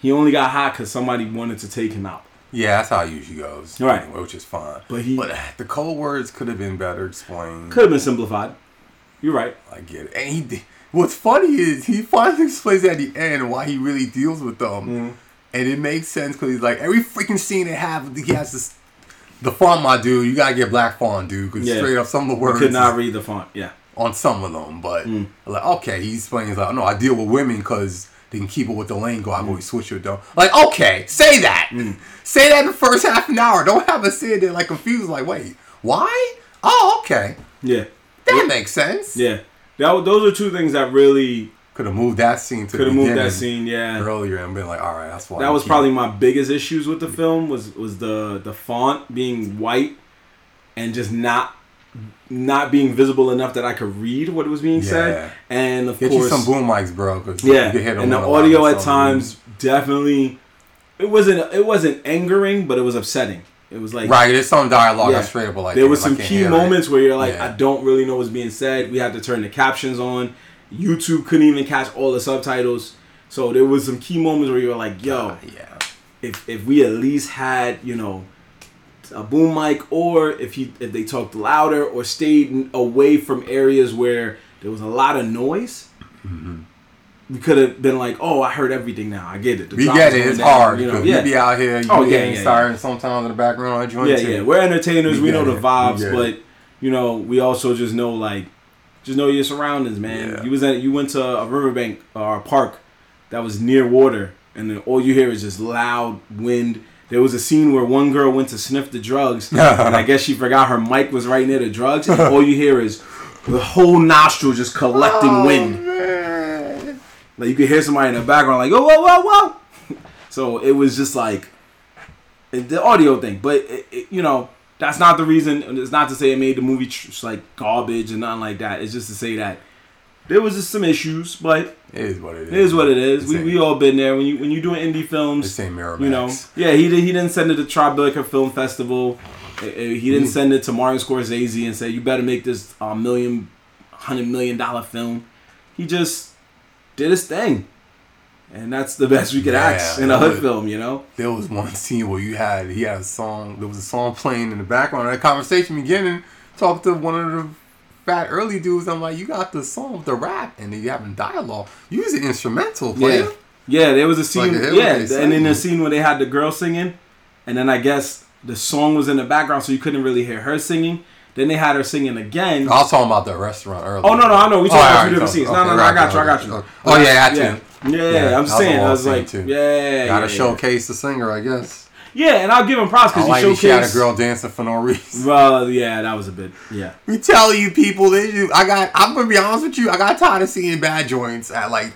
Speaker 1: He only got hot because somebody wanted to take him out.
Speaker 2: Yeah, that's how it usually goes.
Speaker 1: Right.
Speaker 2: anyway, which is fine.
Speaker 1: But he-
Speaker 2: but uh, the cold words could have been better explained.
Speaker 1: Could have been simplified. You're right.
Speaker 2: I get it. And he, did- what's funny is he finally explains at the end why he really deals with them,
Speaker 1: Mm-hmm.
Speaker 2: and it makes sense because he's like every freaking scene they have, he has this. The font, my dude, you gotta get black font, dude, because
Speaker 1: Yeah.
Speaker 2: straight up some of the words
Speaker 1: Could
Speaker 2: is
Speaker 1: not read the font. Yeah.
Speaker 2: on some of them, but
Speaker 1: Mm.
Speaker 2: like okay, he explains like no, I deal with women because they can keep it with the lingo. I always switch it though. Like okay, say that,
Speaker 1: Mm.
Speaker 2: say that in the first half an hour. Don't have us sitting there like confused. Like wait, why? Oh okay,
Speaker 1: Yeah.
Speaker 2: that makes sense.
Speaker 1: Yeah, that wa- those are two things that really
Speaker 2: Could have moved that scene to
Speaker 1: could have
Speaker 2: the
Speaker 1: moved
Speaker 2: beginning
Speaker 1: that scene. Yeah,
Speaker 2: earlier and been like all right, that's why
Speaker 1: that
Speaker 2: we
Speaker 1: was
Speaker 2: keep-
Speaker 1: probably my biggest issues with the film was was the the font being white and just not not being visible enough that I could read what was being
Speaker 2: Yeah.
Speaker 1: said, and of
Speaker 2: get you
Speaker 1: course,
Speaker 2: some boom mics, bro. Cause
Speaker 1: yeah,
Speaker 2: you can hit them
Speaker 1: and the
Speaker 2: on line
Speaker 1: audio
Speaker 2: or
Speaker 1: at
Speaker 2: something.
Speaker 1: times definitely it wasn't it wasn't angering, but it was upsetting. It was like
Speaker 2: Right, there's some dialogue
Speaker 1: Yeah.
Speaker 2: that's straight up like
Speaker 1: there was
Speaker 2: I
Speaker 1: some
Speaker 2: can't
Speaker 1: key
Speaker 2: hear it.
Speaker 1: moments where you're like,
Speaker 2: Yeah.
Speaker 1: I don't really know what's being said. We had to turn the captions on. YouTube couldn't even catch all the subtitles. So there was some key moments where you were like, yo,
Speaker 2: Yeah,
Speaker 1: if, if we at least had, you know, a boom mic or if he if they talked louder or stayed n- away from areas where there was a lot of noise.
Speaker 2: Mm-hmm.
Speaker 1: We could have been like, "Oh, I heard everything now. I get it. The
Speaker 2: We
Speaker 1: drop
Speaker 2: get
Speaker 1: is
Speaker 2: it.
Speaker 1: going
Speaker 2: It's
Speaker 1: down,"
Speaker 2: hard.
Speaker 1: You know,
Speaker 2: 'cause
Speaker 1: yeah,
Speaker 2: You be out here. You
Speaker 1: Oh,
Speaker 2: be
Speaker 1: yeah,
Speaker 2: getting
Speaker 1: yeah, yeah.
Speaker 2: sirens sometimes in the background. on joint
Speaker 1: yeah,
Speaker 2: too.
Speaker 1: yeah. We're entertainers. We,
Speaker 2: We
Speaker 1: know
Speaker 2: get
Speaker 1: the
Speaker 2: it.
Speaker 1: vibes,
Speaker 2: We get
Speaker 1: but you know, we also just know like, just know your surroundings, man.
Speaker 2: Yeah.
Speaker 1: You was at, you went to a riverbank or a park that was near water, and then all you hear is just loud wind. There was a scene where one girl went to sniff the drugs, and I guess she forgot her mic was right near the drugs, and all you hear is the whole nostril just collecting wind.
Speaker 2: Man.
Speaker 1: Like you could hear somebody in the background like, oh, whoa, whoa, whoa. so it was just like the audio thing. But it, it, you know, that's not the reason. and It's not to say it made the movie tr- like garbage and nothing like that. It's just to say that there was just some issues, but
Speaker 2: It is what it is.
Speaker 1: it is what it is.
Speaker 2: It's
Speaker 1: We
Speaker 2: a-
Speaker 1: we all been there when you when you doing indie films.
Speaker 2: It's a Miramax.
Speaker 1: You know, yeah, he did, he didn't send it to Tribeca Film Festival. Uh, uh, He didn't
Speaker 2: Mm.
Speaker 1: send it to Martin Scorsese and say you better make this uh, million, hundred million dollar film. He just did his thing, and that's the best we could
Speaker 2: Yeah,
Speaker 1: ask in a hood
Speaker 2: but-
Speaker 1: film. You know,
Speaker 2: There was one scene where you had he had a song. There was a song playing in the background. That conversation beginning. Talked to one of the fat early dudes. I'm like, you got the song with the rap, and then you having dialogue. Use an instrumental, player.
Speaker 1: yeah, yeah. There was a
Speaker 2: Like,
Speaker 1: scene,
Speaker 2: it was
Speaker 1: yeah,
Speaker 2: they
Speaker 1: and then
Speaker 2: sang.
Speaker 1: the scene where they had the girl singing, and then I guess the song was in the background, so you couldn't really hear her singing. Then they had her singing again.
Speaker 2: I was talking about the restaurant earlier.
Speaker 1: Oh no no I know we
Speaker 2: Oh,
Speaker 1: talking about
Speaker 2: alright,
Speaker 1: two different
Speaker 2: so-
Speaker 1: scenes.
Speaker 2: okay,
Speaker 1: no no no I
Speaker 2: right,
Speaker 1: got you I
Speaker 2: right,
Speaker 1: got you.
Speaker 2: okay. Oh, yeah, I
Speaker 1: yeah.
Speaker 2: too.
Speaker 1: Yeah,
Speaker 2: Yeah, that
Speaker 1: I'm
Speaker 2: was a
Speaker 1: saying I
Speaker 2: long
Speaker 1: was
Speaker 2: scene,
Speaker 1: like
Speaker 2: too.
Speaker 1: yeah
Speaker 2: Gotta
Speaker 1: yeah, yeah.
Speaker 2: showcase the singer, I guess.
Speaker 1: Yeah, and I'll give him props
Speaker 2: I
Speaker 1: because
Speaker 2: like
Speaker 1: he
Speaker 2: that she had a
Speaker 1: showcased.
Speaker 2: girl dancing for no reason.
Speaker 1: Well, yeah, that was a bit. Yeah,
Speaker 2: We tell you people, they do. I got. I'm gonna be honest with you. I got tired of seeing bad joints at like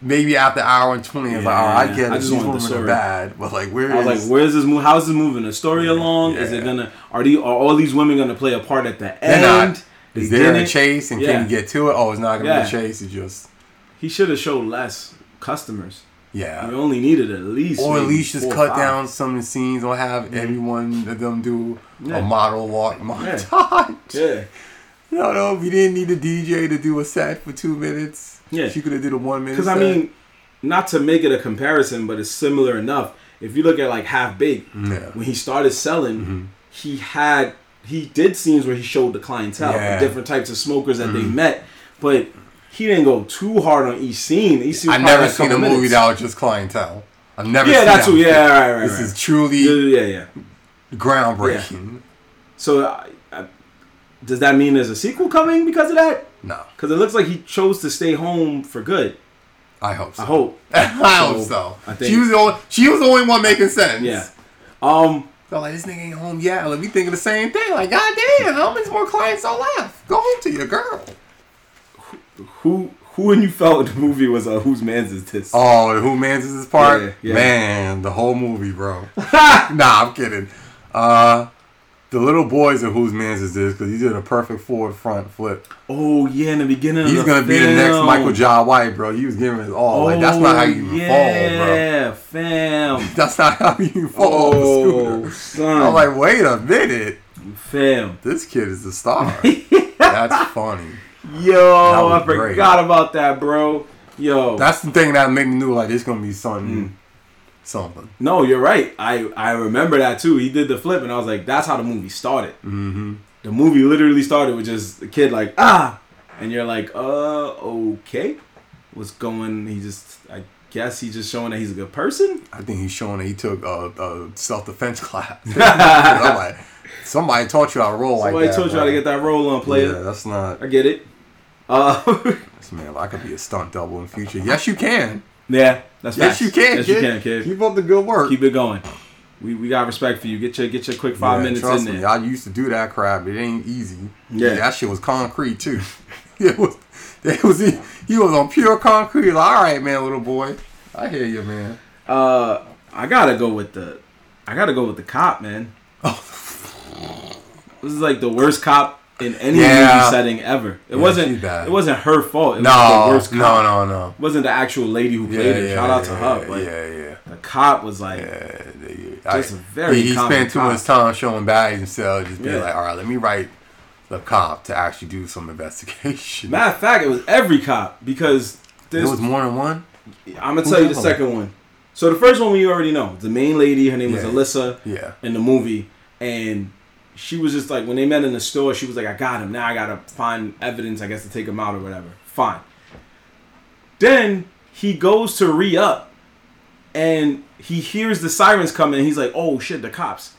Speaker 2: maybe after hour and twenty. It's like,
Speaker 1: Yeah,
Speaker 2: all right,
Speaker 1: yeah.
Speaker 2: I get
Speaker 1: I
Speaker 2: it.
Speaker 1: just
Speaker 2: These
Speaker 1: wanted the
Speaker 2: women are
Speaker 1: story.
Speaker 2: bad, but like, where
Speaker 1: I was
Speaker 2: is-
Speaker 1: like, where's this move? How is this moving the story along? Is it
Speaker 2: Yeah.
Speaker 1: gonna are the are all these women gonna play a part at the
Speaker 2: they're
Speaker 1: end?
Speaker 2: not.
Speaker 1: They
Speaker 2: Is there a
Speaker 1: didn't.
Speaker 2: chase and
Speaker 1: Yeah.
Speaker 2: can you get to it? Oh, it's not gonna
Speaker 1: Yeah.
Speaker 2: be a chase. It's just
Speaker 1: He should have showed less customers.
Speaker 2: yeah.
Speaker 1: We only needed at least
Speaker 2: Or at
Speaker 1: maybe
Speaker 2: least just
Speaker 1: four
Speaker 2: cut
Speaker 1: five. Mm-hmm.
Speaker 2: down some of the scenes or have everyone of them do
Speaker 1: Yeah.
Speaker 2: a model walk montage.
Speaker 1: Yeah,
Speaker 2: No, no, we didn't need a DJ to do a set for two minutes.
Speaker 1: Yeah.
Speaker 2: She could have did a one minute
Speaker 1: because I
Speaker 2: set.
Speaker 1: mean, not to make it a comparison, but it's similar enough. If you look at like half baked,
Speaker 2: Yeah.
Speaker 1: when he started selling,
Speaker 2: Mm-hmm.
Speaker 1: he had he did scenes where he showed the clientele, the
Speaker 2: Yeah. Mm-hmm.
Speaker 1: different types of smokers that they met, but he didn't go too hard on each scene. Each scene was
Speaker 2: I've
Speaker 1: probably
Speaker 2: never
Speaker 1: like
Speaker 2: seen a
Speaker 1: couple
Speaker 2: movie
Speaker 1: minutes.
Speaker 2: that was just clientele. I've never
Speaker 1: Yeah,
Speaker 2: seen
Speaker 1: that's
Speaker 2: that
Speaker 1: what. Yeah, right, right, right.
Speaker 2: This is truly
Speaker 1: yeah, yeah, yeah.
Speaker 2: groundbreaking.
Speaker 1: So, I, I, does that mean there's a sequel coming because of that?
Speaker 2: No,
Speaker 1: Because it looks like he chose to stay home for good.
Speaker 2: I hope so.
Speaker 1: I hope.
Speaker 2: I hope
Speaker 1: So,
Speaker 2: so.
Speaker 1: I
Speaker 2: she
Speaker 1: think-
Speaker 2: was the only, she was the only one making sense.
Speaker 1: Yeah. Um.
Speaker 2: So like this nigga ain't home yet. Like we thinking the same thing. Like goddamn, how many more clients are left? Go home to your girl.
Speaker 1: Who who and you felt in the movie was uh, whose man's is this?
Speaker 2: Oh, who mans this part?
Speaker 1: Yeah, yeah.
Speaker 2: Man, the whole movie, bro. nah, I'm kidding. Uh, the little boys are whose mans is this because he did a perfect forward front flip.
Speaker 1: Oh yeah, in the beginning. of
Speaker 2: He's
Speaker 1: the
Speaker 2: gonna be the next
Speaker 1: film.
Speaker 2: Michael John White, bro. He was giving his all. Oh, like that's not how you even fall, bro.
Speaker 1: Oh, Yeah, fam.
Speaker 2: That's not how you fall off
Speaker 1: Oh,
Speaker 2: the scooter.
Speaker 1: son.
Speaker 2: I'm like, wait a minute,
Speaker 1: fam.
Speaker 2: this kid is a star. that's funny.
Speaker 1: Yo, I
Speaker 2: was
Speaker 1: forgot
Speaker 2: great.
Speaker 1: about that, bro. Yo.
Speaker 2: That's the thing that made me know like it's gonna be something,
Speaker 1: Mm.
Speaker 2: something.
Speaker 1: no, you're right. I, I remember that too. He did the flip, and I was like, that's how the movie started.
Speaker 2: Mm-hmm.
Speaker 1: The movie literally started with just the kid, like, ah. And you're like, uh, okay. What's going He just, I guess he's just showing that he's a good person.
Speaker 2: I think he's showing that he took a, a self defense class. I'm like, somebody taught you how to roll like
Speaker 1: Somebody
Speaker 2: that.
Speaker 1: told you how to get that roll on,
Speaker 2: Yeah,
Speaker 1: player.
Speaker 2: that's not.
Speaker 1: I get it. Uh,
Speaker 2: that's- Man, I could be a stunt double in the future. Yes, you can.
Speaker 1: yeah, that's
Speaker 2: Yes,
Speaker 1: facts.
Speaker 2: you can.
Speaker 1: Yes,
Speaker 2: kid.
Speaker 1: you can, kid.
Speaker 2: Keep up the good work.
Speaker 1: keep it going. We, we got respect for you. Get your get your quick five
Speaker 2: Yeah,
Speaker 1: minutes
Speaker 2: trust
Speaker 1: in
Speaker 2: me,
Speaker 1: there.
Speaker 2: I used to do that crap. It ain't easy.
Speaker 1: Yeah.
Speaker 2: that shit was concrete too. it was. It was. He, he was on pure concrete. Like, All right, man, little boy. I hear you, man.
Speaker 1: Uh, I gotta go with the, I gotta go with the cop, man. this is like the worst cop in any
Speaker 2: Yeah.
Speaker 1: movie setting ever. It
Speaker 2: she's
Speaker 1: wasn't
Speaker 2: bad.
Speaker 1: it wasn't her fault. It was
Speaker 2: No,
Speaker 1: the worst cop.
Speaker 2: no, no, no.
Speaker 1: It wasn't the actual lady who played it. Shout out to her.
Speaker 2: yeah,
Speaker 1: but
Speaker 2: yeah, yeah.
Speaker 1: the cop was like,
Speaker 2: Yeah, they-
Speaker 1: Just
Speaker 2: I-
Speaker 1: a very
Speaker 2: he, he
Speaker 1: common
Speaker 2: spent too
Speaker 1: cop.
Speaker 2: much time showing values himself. Just being
Speaker 1: Yeah.
Speaker 2: like, all right, let me write the cop to actually do some investigation.
Speaker 1: matter of fact, it was every cop because
Speaker 2: there
Speaker 1: this.
Speaker 2: was more than one.
Speaker 1: I'm gonna tell you the
Speaker 2: Who-
Speaker 1: second one. So the first one we already know. The main lady, her name was
Speaker 2: Yeah.
Speaker 1: Alyssa.
Speaker 2: Yeah,
Speaker 1: in the movie and she was just like when they met in the store she was like i got him now i gotta find evidence i guess to take him out or whatever fine then he goes to re-up and he hears the sirens coming and he's like oh shit the cops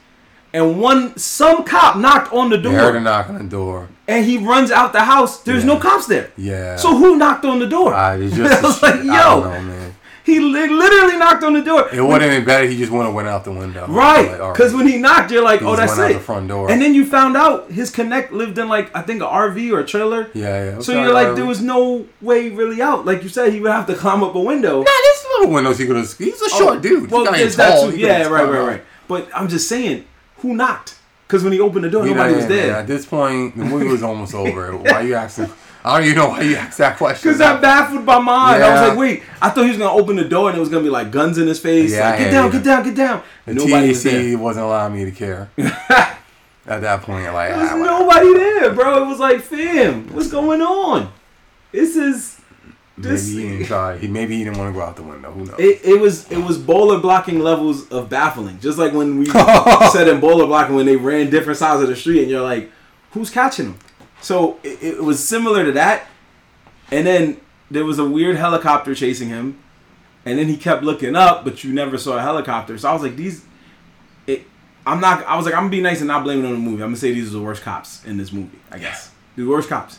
Speaker 1: and one some cop knocked on the
Speaker 2: they heard a
Speaker 1: door
Speaker 2: knock on the door.
Speaker 1: and he runs out the house there's no
Speaker 2: Yeah.
Speaker 1: cops there
Speaker 2: Yeah.
Speaker 1: so who knocked on the door
Speaker 2: I was
Speaker 1: I was
Speaker 2: just
Speaker 1: like,
Speaker 2: I don't
Speaker 1: yo.
Speaker 2: know, man.
Speaker 1: he li- literally knocked on the door
Speaker 2: It wouldn't have been better. He just went and went out the window.
Speaker 1: Right,
Speaker 2: Like, all
Speaker 1: because when he knocked, you're like,
Speaker 2: He
Speaker 1: "Oh,
Speaker 2: just
Speaker 1: that's
Speaker 2: went out
Speaker 1: it."
Speaker 2: the front door.
Speaker 1: And then you found out his connect lived in like I think an RV or a trailer.
Speaker 2: yeah, yeah.
Speaker 1: So you're like, there was no way really out. Like you said, he would have to climb up a window.
Speaker 2: nah, this little windows he could have. He's a short dude.
Speaker 1: Oh, Well,
Speaker 2: he got
Speaker 1: there's
Speaker 2: tall,
Speaker 1: that
Speaker 2: he
Speaker 1: too.
Speaker 2: coulda uh,
Speaker 1: Yeah, right,
Speaker 2: climbed
Speaker 1: right,
Speaker 2: up.
Speaker 1: right. But I'm just saying, who knocked? Because when he opened the door,
Speaker 2: You know,
Speaker 1: nobody was
Speaker 2: yeah, yeah,
Speaker 1: there.
Speaker 2: At this point, the movie was almost over. Why you asking? I don't even know why you asked that question.
Speaker 1: Because I'm baffled by mine. I
Speaker 2: Yeah.
Speaker 1: was like, wait, I thought he was gonna open the door and it was gonna be like guns in his face.
Speaker 2: Yeah,
Speaker 1: like, get
Speaker 2: yeah,
Speaker 1: down,
Speaker 2: yeah.
Speaker 1: get down, get down.
Speaker 2: The
Speaker 1: nobody was there.
Speaker 2: TAC wasn't allowing me to care. At that point, like,
Speaker 1: There's
Speaker 2: ah, whatever.
Speaker 1: nobody there, bro. It was like, fam, what's going on? This is this.
Speaker 2: maybe he didn't try. He maybe he didn't want to go out the window. Who knows?
Speaker 1: It, it was it was bowler blocking levels of baffling. Just like when we said in bowler blocking when they ran different sides of the street and you're like, who's catching them? So it, it was similar to that. And then there was a weird helicopter chasing him, and then he kept looking up, but you never saw a helicopter. So I was like, these. It, I'm not. I was like, I'm gonna be nice and not blame it on the movie. I'm gonna say these are the worst cops in this movie. I guess the worst cops.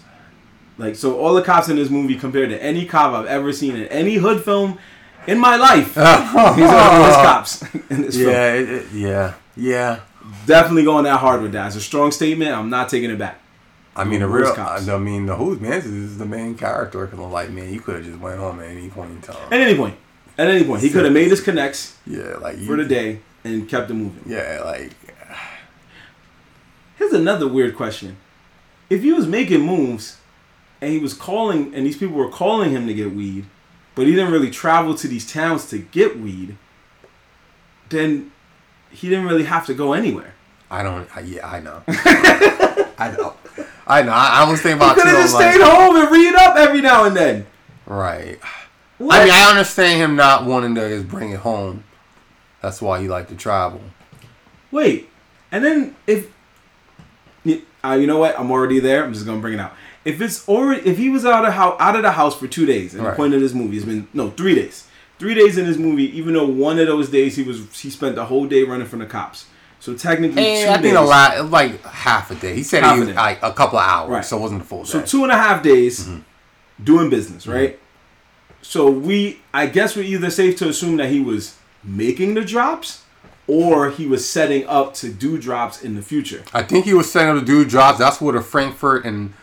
Speaker 1: Like so, all the cops in this movie compared to any cop I've ever seen in any hood film in my life. These are the worst cops in this film.
Speaker 2: yeah, it, it- yeah, yeah.
Speaker 1: Definitely going that hard with that. It's a strong statement. I'm not taking it back.
Speaker 2: I mean, the
Speaker 1: Where's
Speaker 2: real.
Speaker 1: cops?
Speaker 2: I mean, the who's man is the main character. Cause I'm like, man, you could have just went home at any point in
Speaker 1: At
Speaker 2: time.
Speaker 1: any point, at any point, he could have made his connects
Speaker 2: Yeah, like you.
Speaker 1: for the day and kept it moving.
Speaker 2: Yeah, like
Speaker 1: Here's another weird question. If he was making moves and he was calling and these people were calling him to get weed, but he didn't really travel to these towns to get weed, then he didn't really have to go anywhere.
Speaker 2: I don't. I, yeah, I know. I know. I know. I, I was thinking about
Speaker 1: Could
Speaker 2: too,
Speaker 1: have
Speaker 2: I'm
Speaker 1: just
Speaker 2: like,
Speaker 1: stayed home and read up every now and then.
Speaker 2: Right.
Speaker 1: What?
Speaker 2: I mean, I understand him not wanting to just bring it home. That's why he liked to travel.
Speaker 1: Wait, and then if Y- uh, you know what, I'm already there. I'm just gonna bring it out. If it's already, if he was out of how out of the house for two days, and the
Speaker 2: Right.
Speaker 1: point of this movie has been no three days, three days in this movie. Even though one of those days he was, he spent the whole day running from the cops. So technically,
Speaker 2: And
Speaker 1: two
Speaker 2: I
Speaker 1: days.
Speaker 2: think a lot, like half a day. He said
Speaker 1: Half
Speaker 2: he
Speaker 1: a
Speaker 2: was
Speaker 1: day.
Speaker 2: like a couple of hours,
Speaker 1: Right.
Speaker 2: so it wasn't a full day.
Speaker 1: So two and a half days
Speaker 2: Mm-hmm.
Speaker 1: doing business, right? So we, I guess, we're either safe to assume that he was making the drops, or he was setting up to do drops in the future.
Speaker 2: I think he was setting up to do jobs. That's where the Frankfurt and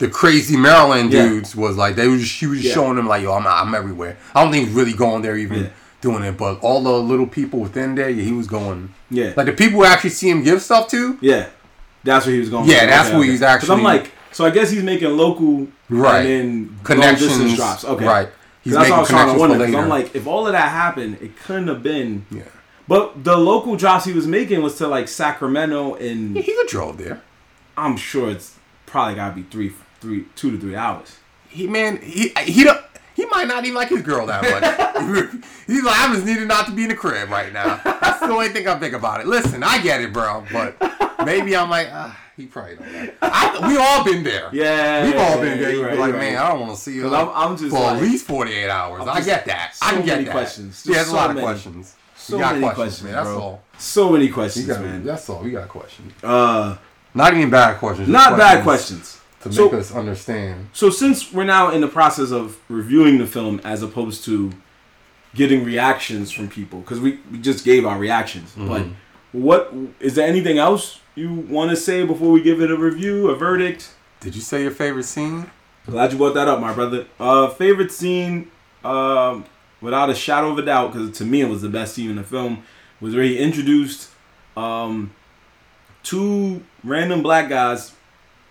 Speaker 2: the crazy Maryland
Speaker 1: Yeah.
Speaker 2: dudes was like. They was just, she was just
Speaker 1: Yeah.
Speaker 2: showing him like, yo, I'm I'm everywhere. I don't think he's really going there even
Speaker 1: Yeah.
Speaker 2: doing it, but all the little people within there, yeah, he was going.
Speaker 1: Yeah.
Speaker 2: Like the people who actually see him give stuff to,
Speaker 1: Yeah, that's where he was going.
Speaker 2: Yeah, that's where he's
Speaker 1: 'Cause I'm
Speaker 2: actually-
Speaker 1: like, so I guess he's making local
Speaker 2: Right.
Speaker 1: and then
Speaker 2: connections,
Speaker 1: long-distance drops. Okay,
Speaker 2: right? He's
Speaker 1: He's that's
Speaker 2: making
Speaker 1: what I was trying
Speaker 2: connections
Speaker 1: to
Speaker 2: for
Speaker 1: wonder. 'cause
Speaker 2: later.
Speaker 1: I'm like, if all of that happened, it couldn't have been.
Speaker 2: yeah,
Speaker 1: But the local drops he was making was to like Sacramento, and
Speaker 2: he could drove there.
Speaker 1: I'm sure it's probably gotta be three, three, two to three hours.
Speaker 2: He man, he he don't. He might not even like his girl that much. He's like, I'm just needed not to be in the crib right now. That's the only thing I think about it. Listen, I get it, bro, but maybe I'm like, ah, he probably don't. Like it. I, we all been there.
Speaker 1: Yeah,
Speaker 2: we've
Speaker 1: yeah,
Speaker 2: all been there.
Speaker 1: you're
Speaker 2: You've been
Speaker 1: right,
Speaker 2: like,
Speaker 1: you're
Speaker 2: man,
Speaker 1: right.
Speaker 2: I don't want to see you
Speaker 1: 'Cause I'm- I'm just
Speaker 2: for
Speaker 1: like-
Speaker 2: at least 48 hours. I
Speaker 1: just-
Speaker 2: get that. I
Speaker 1: so
Speaker 2: can get
Speaker 1: many
Speaker 2: that.
Speaker 1: questions. Just
Speaker 2: Yeah, there's a
Speaker 1: so
Speaker 2: lot of
Speaker 1: many.
Speaker 2: questions.
Speaker 1: So
Speaker 2: we got
Speaker 1: many
Speaker 2: questions,
Speaker 1: questions,
Speaker 2: man. That's
Speaker 1: bro.
Speaker 2: all.
Speaker 1: So many
Speaker 2: We
Speaker 1: questions,
Speaker 2: got-
Speaker 1: man.
Speaker 2: That's all. We got questions.
Speaker 1: Uh,
Speaker 2: Not even bad questions. just
Speaker 1: not bad questions.
Speaker 2: to make
Speaker 1: So-
Speaker 2: us understand.
Speaker 1: So since we're now in the process of reviewing the film as opposed to getting reactions from people, because we, we just gave our reactions, but what is there anything else you want to say before we give it a review, a verdict?
Speaker 2: Did you say your favorite scene?
Speaker 1: Glad you brought that up, my brother. Uh, favorite scene, um, without a shadow of a doubt, because to me it was the best scene in the film, was where he introduced um, two random black guys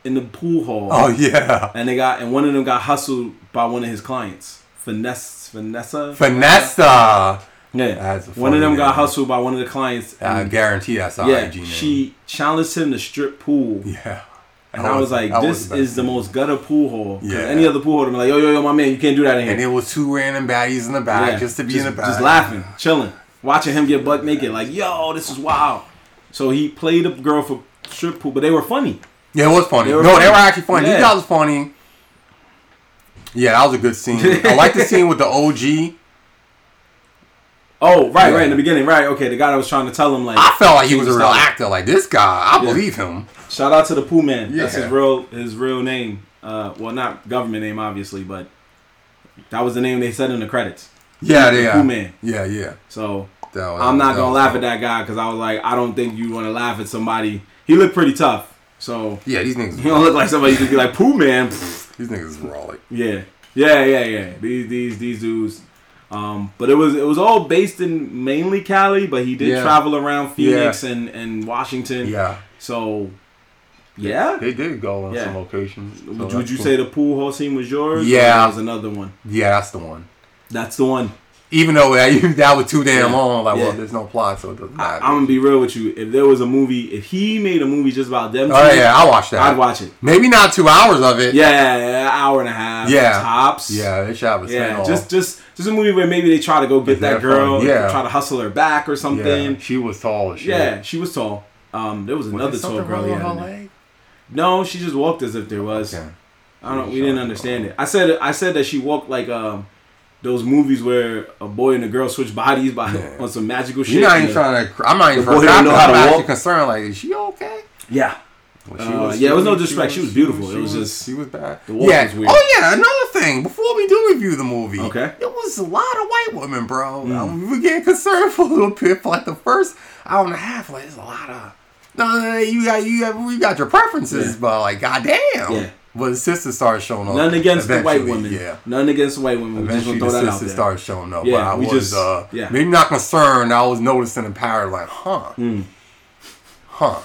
Speaker 1: in the pool hall
Speaker 2: Oh yeah.
Speaker 1: and they got and one of them got hustled by one of his clients, finesse Vanessa.
Speaker 2: Vanessa.
Speaker 1: yeah,
Speaker 2: That's a
Speaker 1: one of them
Speaker 2: funny
Speaker 1: got
Speaker 2: name.
Speaker 1: hustled by one of the clients.
Speaker 2: I
Speaker 1: and-
Speaker 2: guarantee that's our
Speaker 1: Mm. yeah,
Speaker 2: IG name.
Speaker 1: she challenged him to strip pool,
Speaker 2: Yeah.
Speaker 1: and I was like,
Speaker 2: that
Speaker 1: "This
Speaker 2: best.
Speaker 1: is the most gutter pool hall." 'Cause
Speaker 2: Yeah.
Speaker 1: any other pool hall, would be like, "Yo, yo, yo, my man, you can't do that in here."
Speaker 2: And it was two random baddies in the back
Speaker 1: Yeah,
Speaker 2: just to be in the back.
Speaker 1: just laughing, chilling, watching him get butt naked. Like, yo, this is wild. So he played a girl for strip pool, but they were funny.
Speaker 2: Yeah, it was funny.
Speaker 1: They were
Speaker 2: no, they were
Speaker 1: funny.
Speaker 2: actually funny.
Speaker 1: Yeah.
Speaker 2: These guys was funny. Yeah, that was a good scene. I like the scene with the OG.
Speaker 1: Oh, right,
Speaker 2: Yeah. Ah.
Speaker 1: right in the beginning, right? Okay, the guy that was trying to tell him like,
Speaker 2: I felt like he was a real
Speaker 1: Stop.
Speaker 2: actor. Like this guy, I believe him.
Speaker 1: Shout out to the Pooh Man. That's
Speaker 2: Yeah.
Speaker 1: his real his real name. Uh, well, not government name, obviously, but that was the name they said in the credits.
Speaker 2: Yeah, they
Speaker 1: Cool man.
Speaker 2: Yeah, yeah.
Speaker 1: So
Speaker 2: That was-
Speaker 1: I'm not
Speaker 2: that
Speaker 1: gonna
Speaker 2: was
Speaker 1: laugh
Speaker 2: dope.
Speaker 1: at that guy because I was like, I don't think you want to laugh at somebody. He looked pretty tough, so
Speaker 2: Yeah, these niggas.
Speaker 1: he don't look like somebody you could be like Pooh Man. Pfft.
Speaker 2: These niggas were all like,
Speaker 1: yeah, yeah, yeah, yeah. These these these dudes. Um, but it was it was all based in mainly Cali, but he did
Speaker 2: Yeah.
Speaker 1: travel around Phoenix and, and Washington.
Speaker 2: Yeah,
Speaker 1: So, yeah.
Speaker 2: they did go on
Speaker 1: Yeah.
Speaker 2: some locations. so
Speaker 1: would,
Speaker 2: that's
Speaker 1: would you
Speaker 2: cool.
Speaker 1: say the pool hall scene was yours? or
Speaker 2: Yeah.
Speaker 1: that was another one.
Speaker 2: Yeah, that's the one.
Speaker 1: That's the one.
Speaker 2: Even though that, that was too damn
Speaker 1: Yeah.
Speaker 2: long, like, well,
Speaker 1: Yeah.
Speaker 2: there's no plot, so it doesn't
Speaker 1: I,
Speaker 2: matter.
Speaker 1: I'm gonna be real with you. If there was a movie, if he made a movie just about them,
Speaker 2: oh
Speaker 1: two,
Speaker 2: yeah, I watched that.
Speaker 1: I'd watch it.
Speaker 2: Maybe not two hours of it.
Speaker 1: Yeah, yeah, yeah, an hour and a half.
Speaker 2: Yeah.
Speaker 1: tops.
Speaker 2: yeah, they should have a
Speaker 1: yeah.
Speaker 2: spinoff.
Speaker 1: Just, just, just a movie where maybe they try to go get
Speaker 2: Is
Speaker 1: that
Speaker 2: that
Speaker 1: girl.
Speaker 2: fun? Yeah.
Speaker 1: try to hustle her back or
Speaker 2: yeah,
Speaker 1: something.
Speaker 2: she was tall as shit.
Speaker 1: Yeah, she was tall. Um, there was
Speaker 2: Was
Speaker 1: another
Speaker 2: there
Speaker 1: tall
Speaker 2: something
Speaker 1: girl.
Speaker 2: wrong
Speaker 1: he
Speaker 2: with
Speaker 1: had
Speaker 2: her
Speaker 1: in there.
Speaker 2: leg?
Speaker 1: No, she just walked as if there was.
Speaker 2: Okay.
Speaker 1: I don't.
Speaker 2: Yeah,
Speaker 1: We didn't
Speaker 2: sure.
Speaker 1: understand it. I said. I said that she walked like um, those movies where a boy and a girl switch bodies by
Speaker 2: Yeah.
Speaker 1: on some magical shit.
Speaker 2: You're not
Speaker 1: and
Speaker 2: even
Speaker 1: the-
Speaker 2: trying to. I'm not even
Speaker 1: the boy didn't
Speaker 2: trying I'm
Speaker 1: know how to
Speaker 2: actually
Speaker 1: walk.
Speaker 2: concerned. Like, is she okay?
Speaker 1: Yeah.
Speaker 2: Well,
Speaker 1: Uh, yeah, it was no disrespect. She was beautiful.
Speaker 2: she
Speaker 1: It was just-
Speaker 2: she was bad.
Speaker 1: the walk
Speaker 2: yeah.
Speaker 1: was weird.
Speaker 2: Oh yeah. Another thing. Before we do review the movie,
Speaker 1: Okay. Hmm.
Speaker 2: it was a lot of white women, bro. Um, we were getting concerned for a little bit. For like the first hour and a half, like there's a lot of. No, no, no, you got you got you got your preferences,
Speaker 1: Yeah.
Speaker 2: but like, goddamn.
Speaker 1: Yeah.
Speaker 2: But the sisters started showing up.
Speaker 1: Nothing against the white
Speaker 2: Oh, eventually,
Speaker 1: women.
Speaker 2: Yeah.
Speaker 1: Nothing against the white women. We just
Speaker 2: Eventually,
Speaker 1: gonna
Speaker 2: the
Speaker 1: throw that out
Speaker 2: sisters
Speaker 1: there.
Speaker 2: started showing up. but
Speaker 1: Yeah,
Speaker 2: I
Speaker 1: we
Speaker 2: was
Speaker 1: just-
Speaker 2: uh,
Speaker 1: yeah.
Speaker 2: maybe not concerned. I was noticing in power, like, huh,
Speaker 1: Hmm.
Speaker 2: huh.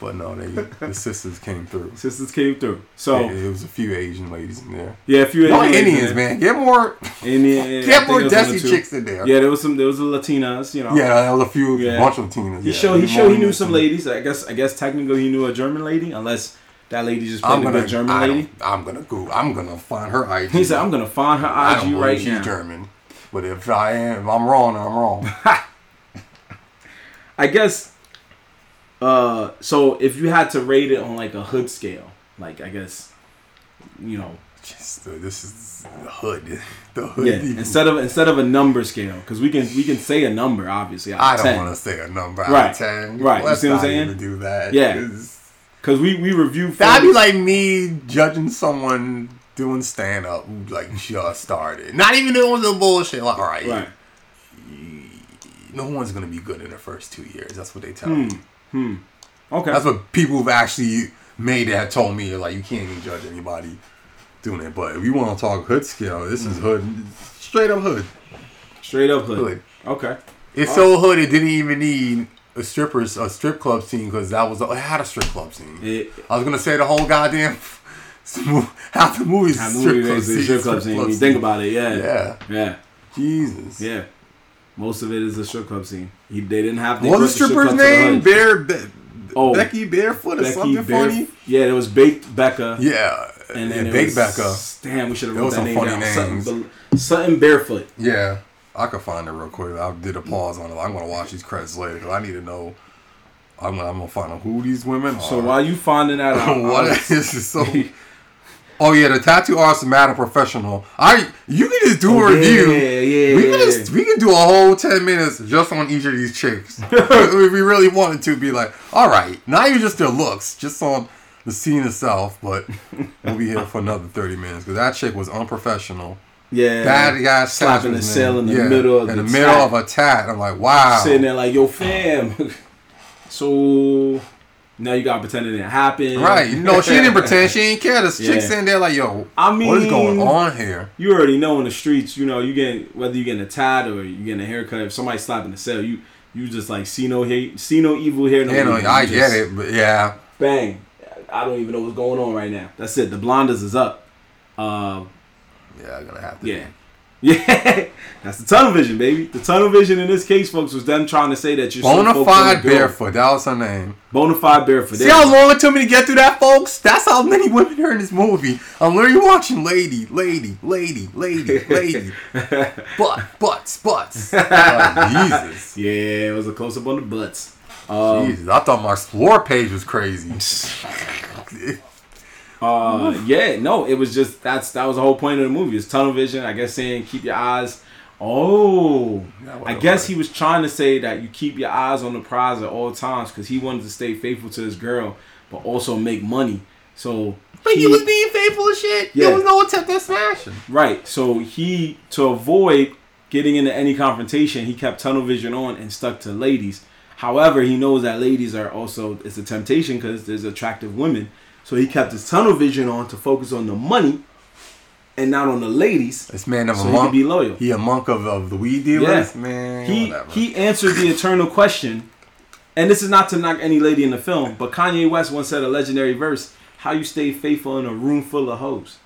Speaker 2: but no, they the sisters came through.
Speaker 1: Sisters came through. So
Speaker 2: It, it was a few Asian ladies in there.
Speaker 1: yeah, if you
Speaker 2: No
Speaker 1: eh?
Speaker 2: Indians, man. Get more,
Speaker 1: Indian, yeah, I
Speaker 2: get
Speaker 1: think
Speaker 2: more
Speaker 1: there was one or
Speaker 2: Desi
Speaker 1: two.
Speaker 2: chicks in there. Yeah,
Speaker 1: Yeah, there was some. There was the Latinas. You know.
Speaker 2: that was a few
Speaker 1: Yeah.
Speaker 2: bunch of Latinas.
Speaker 1: He
Speaker 2: yeah.
Speaker 1: showed. He
Speaker 2: More
Speaker 1: showed. He knew
Speaker 2: Indians
Speaker 1: some
Speaker 2: in there.
Speaker 1: ladies. I guess. I guess technically he knew a German lady, unless that lady just played
Speaker 2: I'm
Speaker 1: a
Speaker 2: gonna,
Speaker 1: good German
Speaker 2: I
Speaker 1: lady.
Speaker 2: don't- I'm gonna go. I'm gonna find her IG.
Speaker 1: He said, "I'm gonna find her
Speaker 2: I don't
Speaker 1: IG
Speaker 2: believe
Speaker 1: right
Speaker 2: she's
Speaker 1: now."
Speaker 2: German, but if I am, if I'm wrong, I'm wrong.
Speaker 1: I guess. Uh, so if you had to rate it on like a hood scale, like I guess, you know,
Speaker 2: Just, uh, this is the hood. The hood.
Speaker 1: yeah.
Speaker 2: people.
Speaker 1: Instead of instead of a number scale, because we can we can say a number obviously.
Speaker 2: I don't want to say a number out
Speaker 1: Right.
Speaker 2: of ten.
Speaker 1: Right. You
Speaker 2: Let's
Speaker 1: see what I'm
Speaker 2: not
Speaker 1: saying?
Speaker 2: even do that.
Speaker 1: Yeah.
Speaker 2: It's-
Speaker 1: because we we review. Films.
Speaker 2: That'd be like me judging someone doing stand up who like just started. Not even doing the bullshit. Like, all right,
Speaker 1: right.
Speaker 2: no one's gonna be good in the first two years. That's what they tell
Speaker 1: Hmm.
Speaker 2: me.
Speaker 1: Okay.
Speaker 2: That's what people who've actually made it have told me. Like, you can't even judge anybody doing it. But if you want to talk hood skill, this is hood, straight up hood.
Speaker 1: Straight up Hmm. hood.
Speaker 2: Hood.
Speaker 1: Okay.
Speaker 2: It's
Speaker 1: Uh,
Speaker 2: so hood it didn't even need a strippers a strip club scene because that was it had a strip club scene.
Speaker 1: It-
Speaker 2: I was gonna say the whole goddamn half the movies
Speaker 1: That
Speaker 2: strip
Speaker 1: movie
Speaker 2: club
Speaker 1: is a
Speaker 2: scene.
Speaker 1: strip club scene. When you think about it, yeah. yeah,
Speaker 2: yeah,
Speaker 1: yeah,
Speaker 2: Jesus.
Speaker 1: Most of it is a strip club scene. He, they didn't have. they
Speaker 2: What
Speaker 1: brought
Speaker 2: was the stripper's
Speaker 1: club to the
Speaker 2: name?
Speaker 1: hood.
Speaker 2: Bear, Be-
Speaker 1: Oh.
Speaker 2: Becky Barefoot or
Speaker 1: Becky
Speaker 2: something
Speaker 1: Bear-
Speaker 2: funny.
Speaker 1: Yeah, there was Baked Becca.
Speaker 2: Yeah,
Speaker 1: And then
Speaker 2: yeah,
Speaker 1: it was,
Speaker 2: Big Becca.
Speaker 1: Damn, we should have
Speaker 2: There
Speaker 1: wrote
Speaker 2: was
Speaker 1: that
Speaker 2: some
Speaker 1: name
Speaker 2: funny
Speaker 1: down.
Speaker 2: names.
Speaker 1: Sutton, Sutton Barefoot.
Speaker 2: Yeah, I could find it real quick. I did a pause on it. I'm gonna watch these credits later because I need to know. I'm gonna, I'm gonna find out who these women are.
Speaker 1: So while you finding that out,
Speaker 2: what
Speaker 1: I'll-
Speaker 2: this is so. Oh yeah, the tattoo artist Madam Professional. I you can just do a
Speaker 1: Oh, yeah,
Speaker 2: review.
Speaker 1: yeah, yeah,
Speaker 2: we
Speaker 1: yeah.
Speaker 2: can just we can do a whole ten minutes just on each of these chicks. if we really wanted to be like, all right, not even just their looks, just on the scene itself. But we'll be here for another thirty minutes because that chick was unprofessional.
Speaker 1: yeah,
Speaker 2: That guy
Speaker 1: slapping the cell in the middle of
Speaker 2: in
Speaker 1: the
Speaker 2: the, middle
Speaker 1: tat.
Speaker 2: of a tat. I'm like, wow.
Speaker 1: sitting there like, yo, fam. so now you got to pretend it didn't happen.
Speaker 2: Right, you know, she didn't pretend. She didn't care. This chick's
Speaker 1: Yeah.
Speaker 2: in there like, yo,
Speaker 1: I
Speaker 2: what is going
Speaker 1: mean-
Speaker 2: on here?
Speaker 1: you already know in the streets, you know, you getting whether you getting a tat or you getting a haircut. If somebody's slapping the cell, you you just like see no hate, see no evil here. No
Speaker 2: You know,
Speaker 1: evil.
Speaker 2: I
Speaker 1: You
Speaker 2: get
Speaker 1: just
Speaker 2: it, but yeah,
Speaker 1: Bang! I don't even know what's going on right now. That's it. The blondes is up. Uh,
Speaker 2: yeah, I'm gonna have to.
Speaker 1: yeah, yeah. That's the tunnel vision, baby. The tunnel vision in this case, folks, was them trying to say that you're so focused on the
Speaker 2: Bonafide
Speaker 1: girl.
Speaker 2: barefoot. That was her name.
Speaker 1: Bonafide barefoot.
Speaker 2: See how long it took me to get through that, folks. That's how many women are in this movie. I'm literally watching lady, lady, lady, lady, lady, butt, butts, butts. Like, Jesus,
Speaker 1: yeah, it was a close up on the butts. Um,
Speaker 2: Jesus. I thought my explore page was crazy.
Speaker 1: Uh, yeah, no, it was just that's that was the whole point of the movie. It's tunnel vision, I guess, saying keep your eyes. Oh,
Speaker 2: Yeah,
Speaker 1: I
Speaker 2: whatever.
Speaker 1: guess he was trying to say that you keep your eyes on the prize at all times because he wanted to stay faithful to his girl, but also make money. So,
Speaker 2: But
Speaker 1: he-
Speaker 2: he was being faithful as shit.
Speaker 1: Yeah.
Speaker 2: There was no attempt at smashing.
Speaker 1: right. So he to avoid getting into any confrontation, he kept tunnel vision on and stuck to ladies. However, he knows that ladies are also it's a temptation because there's attractive women. So he kept his tunnel vision on to focus on the money and not on the ladies.
Speaker 2: This man of
Speaker 1: So
Speaker 2: a
Speaker 1: he could
Speaker 2: monk.
Speaker 1: be loyal.
Speaker 2: He a monk of, of the weed dealers,
Speaker 1: Yeah.
Speaker 2: man.
Speaker 1: he
Speaker 2: whatever.
Speaker 1: he answered the eternal question, and this is not to knock any lady in the film, but Kanye West once said a legendary verse: "How you stay faithful in a room full of hoes."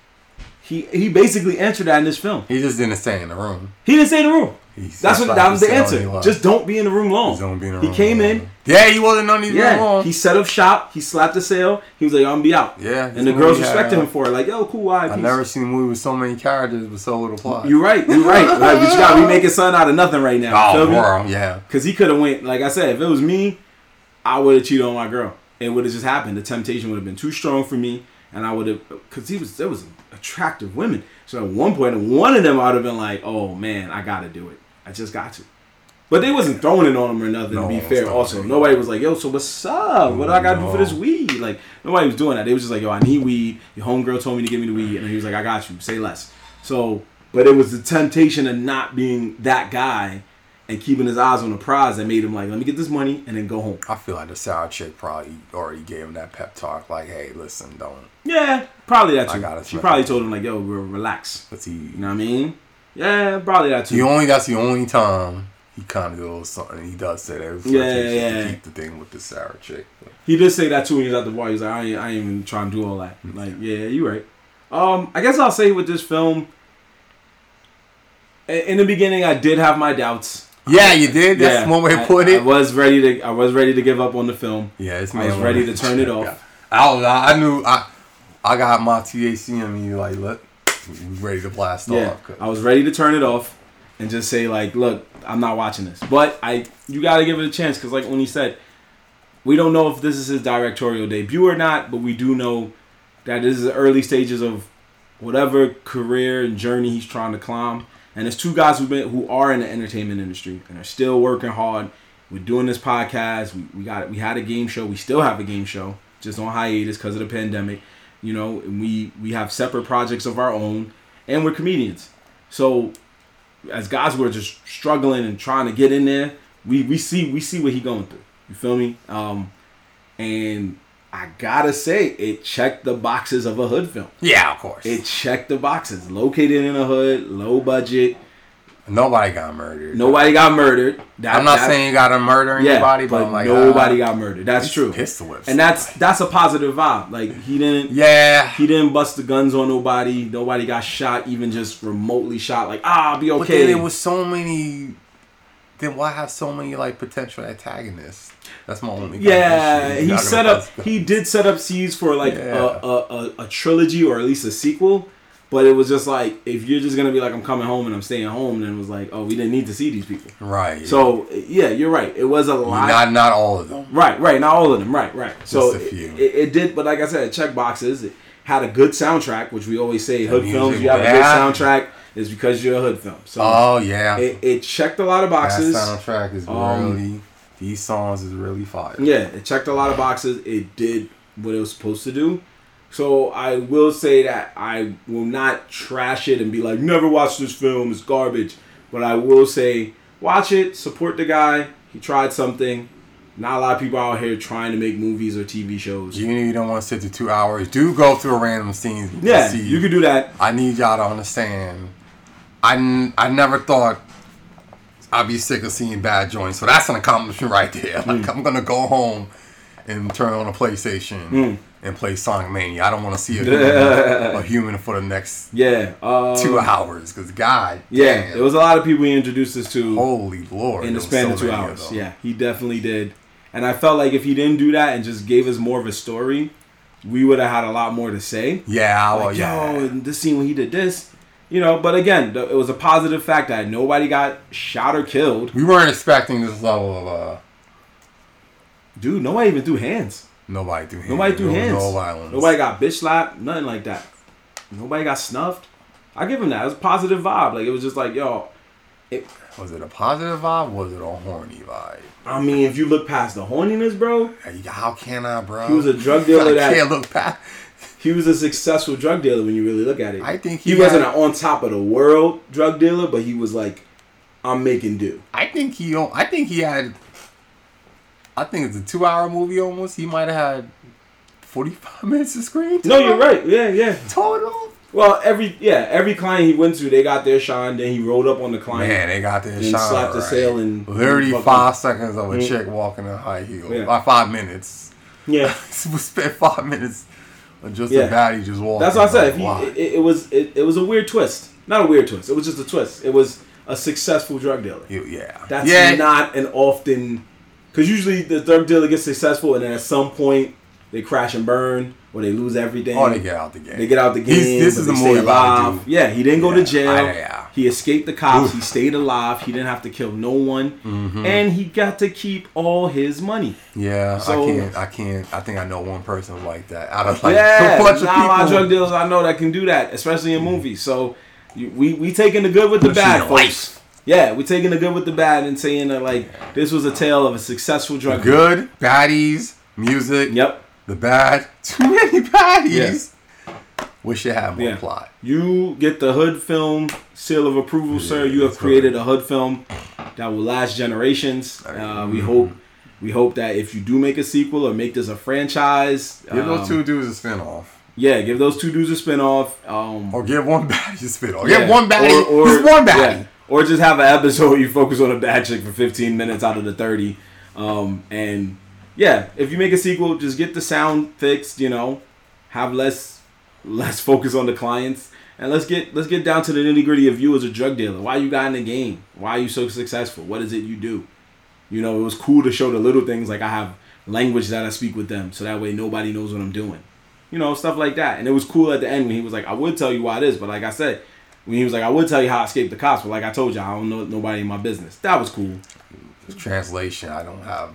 Speaker 1: He he basically answered that in this film.
Speaker 2: He just didn't stay in the room.
Speaker 1: He didn't say in the room.
Speaker 2: He-
Speaker 1: That's what
Speaker 2: why
Speaker 1: that
Speaker 2: he
Speaker 1: was the
Speaker 2: said all he
Speaker 1: answer.
Speaker 2: was.
Speaker 1: Just don't be in the room long.
Speaker 2: He's gonna be in the
Speaker 1: Oh. he
Speaker 2: room
Speaker 1: came
Speaker 2: all
Speaker 1: in.
Speaker 2: along. Yeah, he wasn't on the room
Speaker 1: Yeah,
Speaker 2: long.
Speaker 1: he set up shop. He slapped a sale. He was like, "I'm gonna be out."
Speaker 2: Yeah,
Speaker 1: and the
Speaker 2: this
Speaker 1: girls
Speaker 2: movie
Speaker 1: respected
Speaker 2: had-
Speaker 1: him for it. Like, "Yo, cool, why?"
Speaker 2: I've never seen a movie with so many characters with so little plot.
Speaker 1: You're right. You're right. Like, but you got we making something out of nothing right now.
Speaker 2: oh,
Speaker 1: Feel me?
Speaker 2: world, yeah.
Speaker 1: Cause he could have went. Like I said, if it was me, I would have cheated on my girl. It would have just happened. The temptation would have been too strong for me, and I would have. Cause he was there was attractive women. So at one point, one of them I would have been like, "Oh man, I gotta do it. I just got to." But they wasn't throwing it on him or nothing.
Speaker 2: No
Speaker 1: to be
Speaker 2: one was
Speaker 1: fair,
Speaker 2: throwing
Speaker 1: also
Speaker 2: it.
Speaker 1: nobody was like, "Yo, so what's up? What do I gotta do for this weed?" Like nobody was doing that. They was just like, "Yo, I need weed." Your homegirl told me to give me the weed, and he was like, "I got you. Say less." So, but it was the temptation of not being that guy and keeping his eyes on the prize that made him like, "Let me get this money and then go home."
Speaker 2: I feel like the sour chick probably already gave him that pep talk, like, "Hey, listen, don't."
Speaker 1: Yeah, probably that
Speaker 2: I
Speaker 1: too.
Speaker 2: got it.
Speaker 1: She probably told him like, "Yo, re- relax."
Speaker 2: Cause he,
Speaker 1: You know what I mean? Yeah, probably that
Speaker 2: he
Speaker 1: too.
Speaker 2: only that's the only time he kind of goes something. He does say that. It was
Speaker 1: Yeah,
Speaker 2: flirtation
Speaker 1: yeah,
Speaker 2: to
Speaker 1: yeah.
Speaker 2: Keep the thing with the sour chick.
Speaker 1: He did say that too when he was at the bar. He was like, "I ain't, I ain't even trying to do all
Speaker 2: Mm.
Speaker 1: that." Like, yeah, you right. Um, I guess I'll say with this film. i- In the beginning, I did have my doubts.
Speaker 2: Yeah, you did. That's one way to
Speaker 1: I-
Speaker 2: put it.
Speaker 1: I was ready to. I was ready to give up on the film.
Speaker 2: yeah, it's
Speaker 1: I was ready to turn it off.
Speaker 2: I was, I knew I, I got my THC in me. Like, look, ready to blast
Speaker 1: Yeah,
Speaker 2: off. 'cause-
Speaker 1: I was ready to turn it off and just say like, look, I'm not watching this. But I, you gotta give it a chance because like when he said, we don't know if this is his directorial debut or not, but we do know that this is the early stages of whatever career and journey he's trying to climb. And it's two guys who've been who are in the entertainment industry and are still working hard. We're doing this podcast. We, we got we had a game show. We still have a game show, just on hiatus because of the pandemic. You know, and we we have separate projects of our own, and we're comedians. So as guys who are just struggling and trying to get in there, we we see we see what he going through. You feel me? Um, and I gotta say, it checked the boxes of a hood film.
Speaker 2: yeah, of course.
Speaker 1: It checked the boxes. Located in a hood, low budget.
Speaker 2: Nobody got murdered.
Speaker 1: Nobody got murdered. That-
Speaker 2: I'm not
Speaker 1: that-
Speaker 2: saying you gotta murder
Speaker 1: yeah,
Speaker 2: anybody, but,
Speaker 1: but
Speaker 2: I'm like
Speaker 1: nobody
Speaker 2: uh,
Speaker 1: got murdered. That's true.
Speaker 2: Pistol whips.
Speaker 1: And that's that's a positive vibe. Like he didn't
Speaker 2: yeah.
Speaker 1: he didn't bust the guns on nobody. Nobody got shot, even just remotely shot. Like ah, I'll be
Speaker 2: But then
Speaker 1: okay.
Speaker 2: there was so many. Then why have so many like potential antagonists? That's my only. kinda
Speaker 1: Yeah,
Speaker 2: issue. You
Speaker 1: he
Speaker 2: gotta
Speaker 1: set
Speaker 2: go-
Speaker 1: up. He did set up seeds for like
Speaker 2: Yeah.
Speaker 1: a, a, a a trilogy or at least a sequel. But it was just like if you're just gonna be like I'm coming home and I'm staying home, then it was like oh we didn't need to see these people.
Speaker 2: right.
Speaker 1: So yeah, you're right. It was a lot.
Speaker 2: not not all of them.
Speaker 1: right, right. Not all of them. Right, right. So
Speaker 2: Just a few.
Speaker 1: It, it, it did. But like I said, it checked boxes. It had a good soundtrack, which we always say hood
Speaker 2: music
Speaker 1: films. You have a good
Speaker 2: bad.
Speaker 1: soundtrack is because you're a hood film. So
Speaker 2: Oh yeah,
Speaker 1: it, it checked a lot of
Speaker 2: that
Speaker 1: boxes.
Speaker 2: soundtrack is
Speaker 1: Um,
Speaker 2: really. These songs is really fire.
Speaker 1: Yeah, it checked a lot of boxes. It did what it was supposed to do. So I will say that I will not trash it and be like, never watch this film, it's garbage. But I will say, watch it, support the guy. He tried something. Not a lot of people out here trying to make movies or TV shows.
Speaker 2: You know you don't want to sit to two hours. Do go through a random scene. to
Speaker 1: Yeah,
Speaker 2: see-
Speaker 1: you could do that.
Speaker 2: I need y'all to understand. I, n- I never thought I'd be sick of seeing bad joints. So that's an accomplishment right there. Like
Speaker 1: Mm.
Speaker 2: I'm gonna go home and turn on a PlayStation
Speaker 1: Mm.
Speaker 2: and play Sonic Mania. I don't want to see a human, a human for the next
Speaker 1: Yeah. Uh,
Speaker 2: two hours because God,
Speaker 1: yeah,
Speaker 2: damn,
Speaker 1: there was a lot of people he introduced us to.
Speaker 2: holy lord
Speaker 1: in the span
Speaker 2: there was so
Speaker 1: of two
Speaker 2: many
Speaker 1: hours.
Speaker 2: them.
Speaker 1: yeah, he definitely did. And I felt like if he didn't do that and just gave us more of a story, we would have had a lot more to say.
Speaker 2: yeah, well,
Speaker 1: Like,
Speaker 2: Oh, yeah.
Speaker 1: yo, in this scene when he did this, you know. But again, th- it was a positive fact that nobody got shot or killed.
Speaker 2: we weren't expecting this level of uh,
Speaker 1: Dude, nobody even threw hands.
Speaker 2: nobody through hands.
Speaker 1: Nobody threw
Speaker 2: There was
Speaker 1: hands.
Speaker 2: No violence.
Speaker 1: Nobody got bitch slapped. Nothing like that. Nobody got snuffed. I give him that. It was a positive vibe. Like it was just like, yo.
Speaker 2: was it a positive vibe? Was it a horny vibe?
Speaker 1: I mean, if you look past the horniness, bro,
Speaker 2: Hey, How can I, bro?
Speaker 1: He was a drug dealer
Speaker 2: I
Speaker 1: that-
Speaker 2: can't look back.
Speaker 1: he was a successful drug dealer when you really look at it.
Speaker 2: I think
Speaker 1: he,
Speaker 2: he
Speaker 1: wasn't
Speaker 2: had-
Speaker 1: an on top of the world drug dealer, but he was like, I'm making do.
Speaker 2: I think he. o- I think he had. I think it's a two-hour movie almost. He might have had forty-five minutes of screen.
Speaker 1: No,
Speaker 2: time
Speaker 1: you're right. Yeah, yeah.
Speaker 2: Total.
Speaker 1: Well, every yeah, every client he went to, they got their shine. Then he rolled up on the client
Speaker 2: Man, they got their
Speaker 1: and
Speaker 2: shot.
Speaker 1: slapped the
Speaker 2: right.
Speaker 1: sale and
Speaker 2: Literally
Speaker 1: fucking-
Speaker 2: five seconds of a
Speaker 1: Mm.
Speaker 2: chick walking in high heels.
Speaker 1: Yeah.
Speaker 2: Like five minutes.
Speaker 1: Yeah,
Speaker 2: we spent five minutes on just
Speaker 1: Yeah.
Speaker 2: a baddie just walking.
Speaker 1: that's what I said. If
Speaker 2: Like,
Speaker 1: he,
Speaker 2: why?
Speaker 1: it, it was it, it was a weird twist, not a weird twist. It was just a twist. It was a successful drug dealer.
Speaker 2: You- yeah.
Speaker 1: That's
Speaker 2: yeah.
Speaker 1: not an often because usually the drug dealer gets successful and then at some point they crash and burn or they lose everything.
Speaker 2: or Oh, they get out the game.
Speaker 1: They get out the game.
Speaker 2: He's- this
Speaker 1: but
Speaker 2: is
Speaker 1: they
Speaker 2: a
Speaker 1: stay
Speaker 2: movie about a
Speaker 1: alive.
Speaker 2: dude.
Speaker 1: Yeah, he didn't go to
Speaker 2: Yeah,
Speaker 1: jail.
Speaker 2: I- yeah.
Speaker 1: He escaped the cops. He stayed alive. He didn't have to kill no one,
Speaker 2: Mm-hmm.
Speaker 1: and he got to keep all his money.
Speaker 2: Yeah,
Speaker 1: So-
Speaker 2: I can't. I can't. I think I know one person like that out of like
Speaker 1: yeah,
Speaker 2: a bunch of
Speaker 1: not a lot of drug
Speaker 2: people. Mm.
Speaker 1: dealers I know that can do that, especially in movies. So you, we we taking the good with the
Speaker 2: Especially
Speaker 1: bad,
Speaker 2: in
Speaker 1: folks.
Speaker 2: life.
Speaker 1: Yeah, we taking the good with the bad and saying that like this was a tale of a successful drug. dealer.
Speaker 2: Good baddies, music.
Speaker 1: Yep.
Speaker 2: The bad. Too many baddies. Wish it had more
Speaker 1: Yeah.
Speaker 2: plot.
Speaker 1: You get the hood film seal of approval, sir. You have
Speaker 2: that's
Speaker 1: created a hood film that will last generations. Uh,
Speaker 2: mm-hmm.
Speaker 1: we hope we hope that if you do make a sequel or make this a franchise,
Speaker 2: Give those
Speaker 1: um,
Speaker 2: two dudes a spinoff,
Speaker 1: yeah, give those two dudes a spinoff. Um,
Speaker 2: or give one baddie a spinoff.
Speaker 1: yeah.
Speaker 2: Give one baddie. just one baddie.
Speaker 1: yeah. Or just have an episode where you focus on a bad chick for 15 minutes out of the 30. Um, and yeah, if you make a sequel, just get the sound fixed, you know, have less less focus on the clients. And let's get let's get down to the nitty gritty of you as a drug dealer. Why you got in the game? Why are you so successful? What is it you do? You know, it was cool to show the little things like I have language that I speak with them, so that way nobody knows what I'm doing. You know, stuff like that. And it was cool at the end when he was like, I would tell you why this, but like I said, when he was like, I would tell you how I escaped the cops, but like I told you, I don't know nobody in my business. That was cool.
Speaker 2: Translation. I don't have.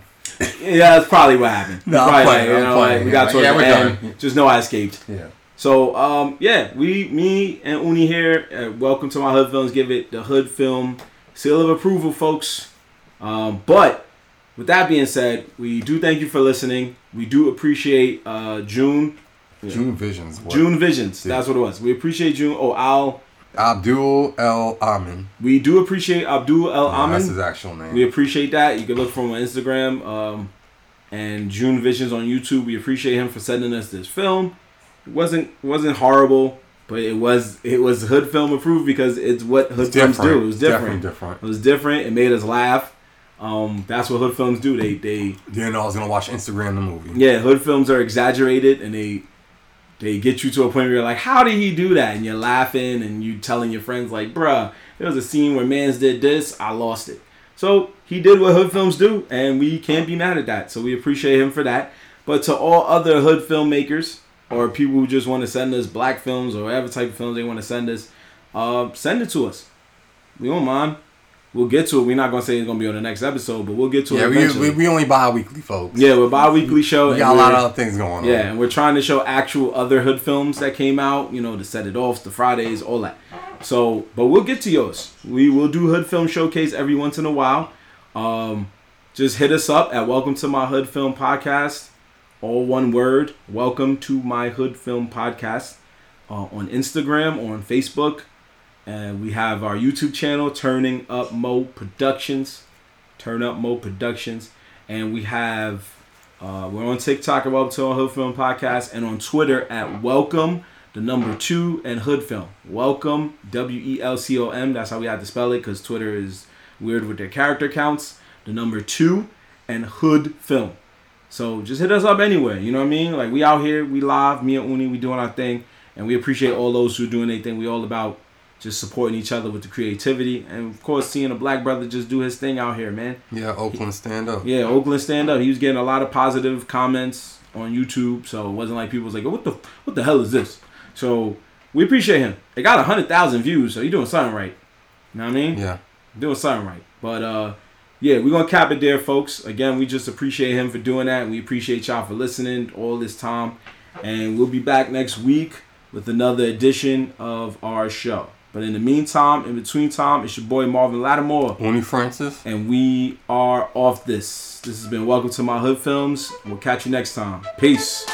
Speaker 1: Yeah, that's probably what happened.
Speaker 2: No, I'm
Speaker 1: Probably,
Speaker 2: playing,
Speaker 1: like,
Speaker 2: I'm playing.
Speaker 1: like, we got
Speaker 2: Yeah,
Speaker 1: towards
Speaker 2: we're
Speaker 1: the end.
Speaker 2: done.
Speaker 1: Just know I escaped.
Speaker 2: Yeah.
Speaker 1: So um, yeah, we, me, and Uni here. Uh, welcome to my hood films. Give it the hood film seal of approval, folks. Um, but with that being said, we do thank you for listening. We do appreciate uh, June,
Speaker 2: June Visions. What?
Speaker 1: June Visions. That's what it was. We appreciate June. Oh, Al.
Speaker 2: Abdul El Amin.
Speaker 1: We do appreciate Abdul El
Speaker 2: Yeah, That's
Speaker 1: Amin.
Speaker 2: his actual name.
Speaker 1: We appreciate that. You can look for him on Instagram um, and June Visions on YouTube. We appreciate him for sending us this film. It wasn't wasn't horrible, but it was it was hood film approved because it's what hood films do. It was
Speaker 2: Definitely
Speaker 1: different.
Speaker 2: different.
Speaker 1: It was different. It made us laugh. Um, that's what hood films do. They they
Speaker 2: Then I was gonna watch Instagram the movie.
Speaker 1: yeah, hood films are exaggerated and they they get you to a point where you're like, how did he do that? And you're laughing and you telling your friends like, bruh, there was a scene where Mans did this, I lost it. So he did what hood films do, and we can't be mad at that. So we appreciate him for that. But to all other hood filmmakers or people who just want to send us black films or whatever type of films they want to send us, uh, send it to us. We don't mind. We'll get to it. We're not gonna say it's gonna be on the next episode, but we'll get to
Speaker 2: Yeah,
Speaker 1: it.
Speaker 2: we,
Speaker 1: Eventually.
Speaker 2: we, we only buy weekly, folks.
Speaker 1: yeah, we're bi-weekly show.
Speaker 2: we
Speaker 1: and
Speaker 2: got a
Speaker 1: we're-
Speaker 2: lot of other things going on.
Speaker 1: yeah, and we're trying to show actual other hood films that came out, you know, the Set It Offs, the Fridays, all that. So, but we'll get to yours. We will do hood film showcase every once in a while. Um, just hit us up at Welcome to My Hood Film Podcast, all one word. Welcome to My Hood Film Podcast uh, on Instagram or on Facebook, and we have our YouTube channel, Turning Up Mo Productions. Turn Up Mo Productions. And we have, uh, we're on TikTok at Welcome to our Hood Film Podcast and on Twitter at Welcome, the number two, and Hood Film. Welcome, W E L C O M. That's how we had to spell it because Twitter is weird with their character counts. The number two, and Hood Film. So just hit us up anywhere. You know what I mean? Like we out here, we live. Me and Uni, we doing our thing, and we appreciate all those who doing their thing. We all about just supporting each other with the creativity, and of course, seeing a black brother just do his thing out here, man.
Speaker 2: Yeah, Oakland stand up.
Speaker 1: Yeah, Oakland stand up. He was getting a lot of positive comments on YouTube, so it wasn't like people was like, "Oh, "What the what the hell is this?" So we appreciate him. It got hundred thousand views, so you doing something right. You know what I mean?
Speaker 2: Yeah.
Speaker 1: doing something right. But uh yeah, we're gonna cap it there, folks. Again, we just appreciate him for doing that. We appreciate y'all for listening all this time. And we'll be back next week with another edition of our show. But in the meantime, in between time, it's your boy Marvin Lattimore.
Speaker 2: Oni Francis.
Speaker 1: And we are off this. This has been Welcome to My Hood Films. We'll catch you next time. Peace.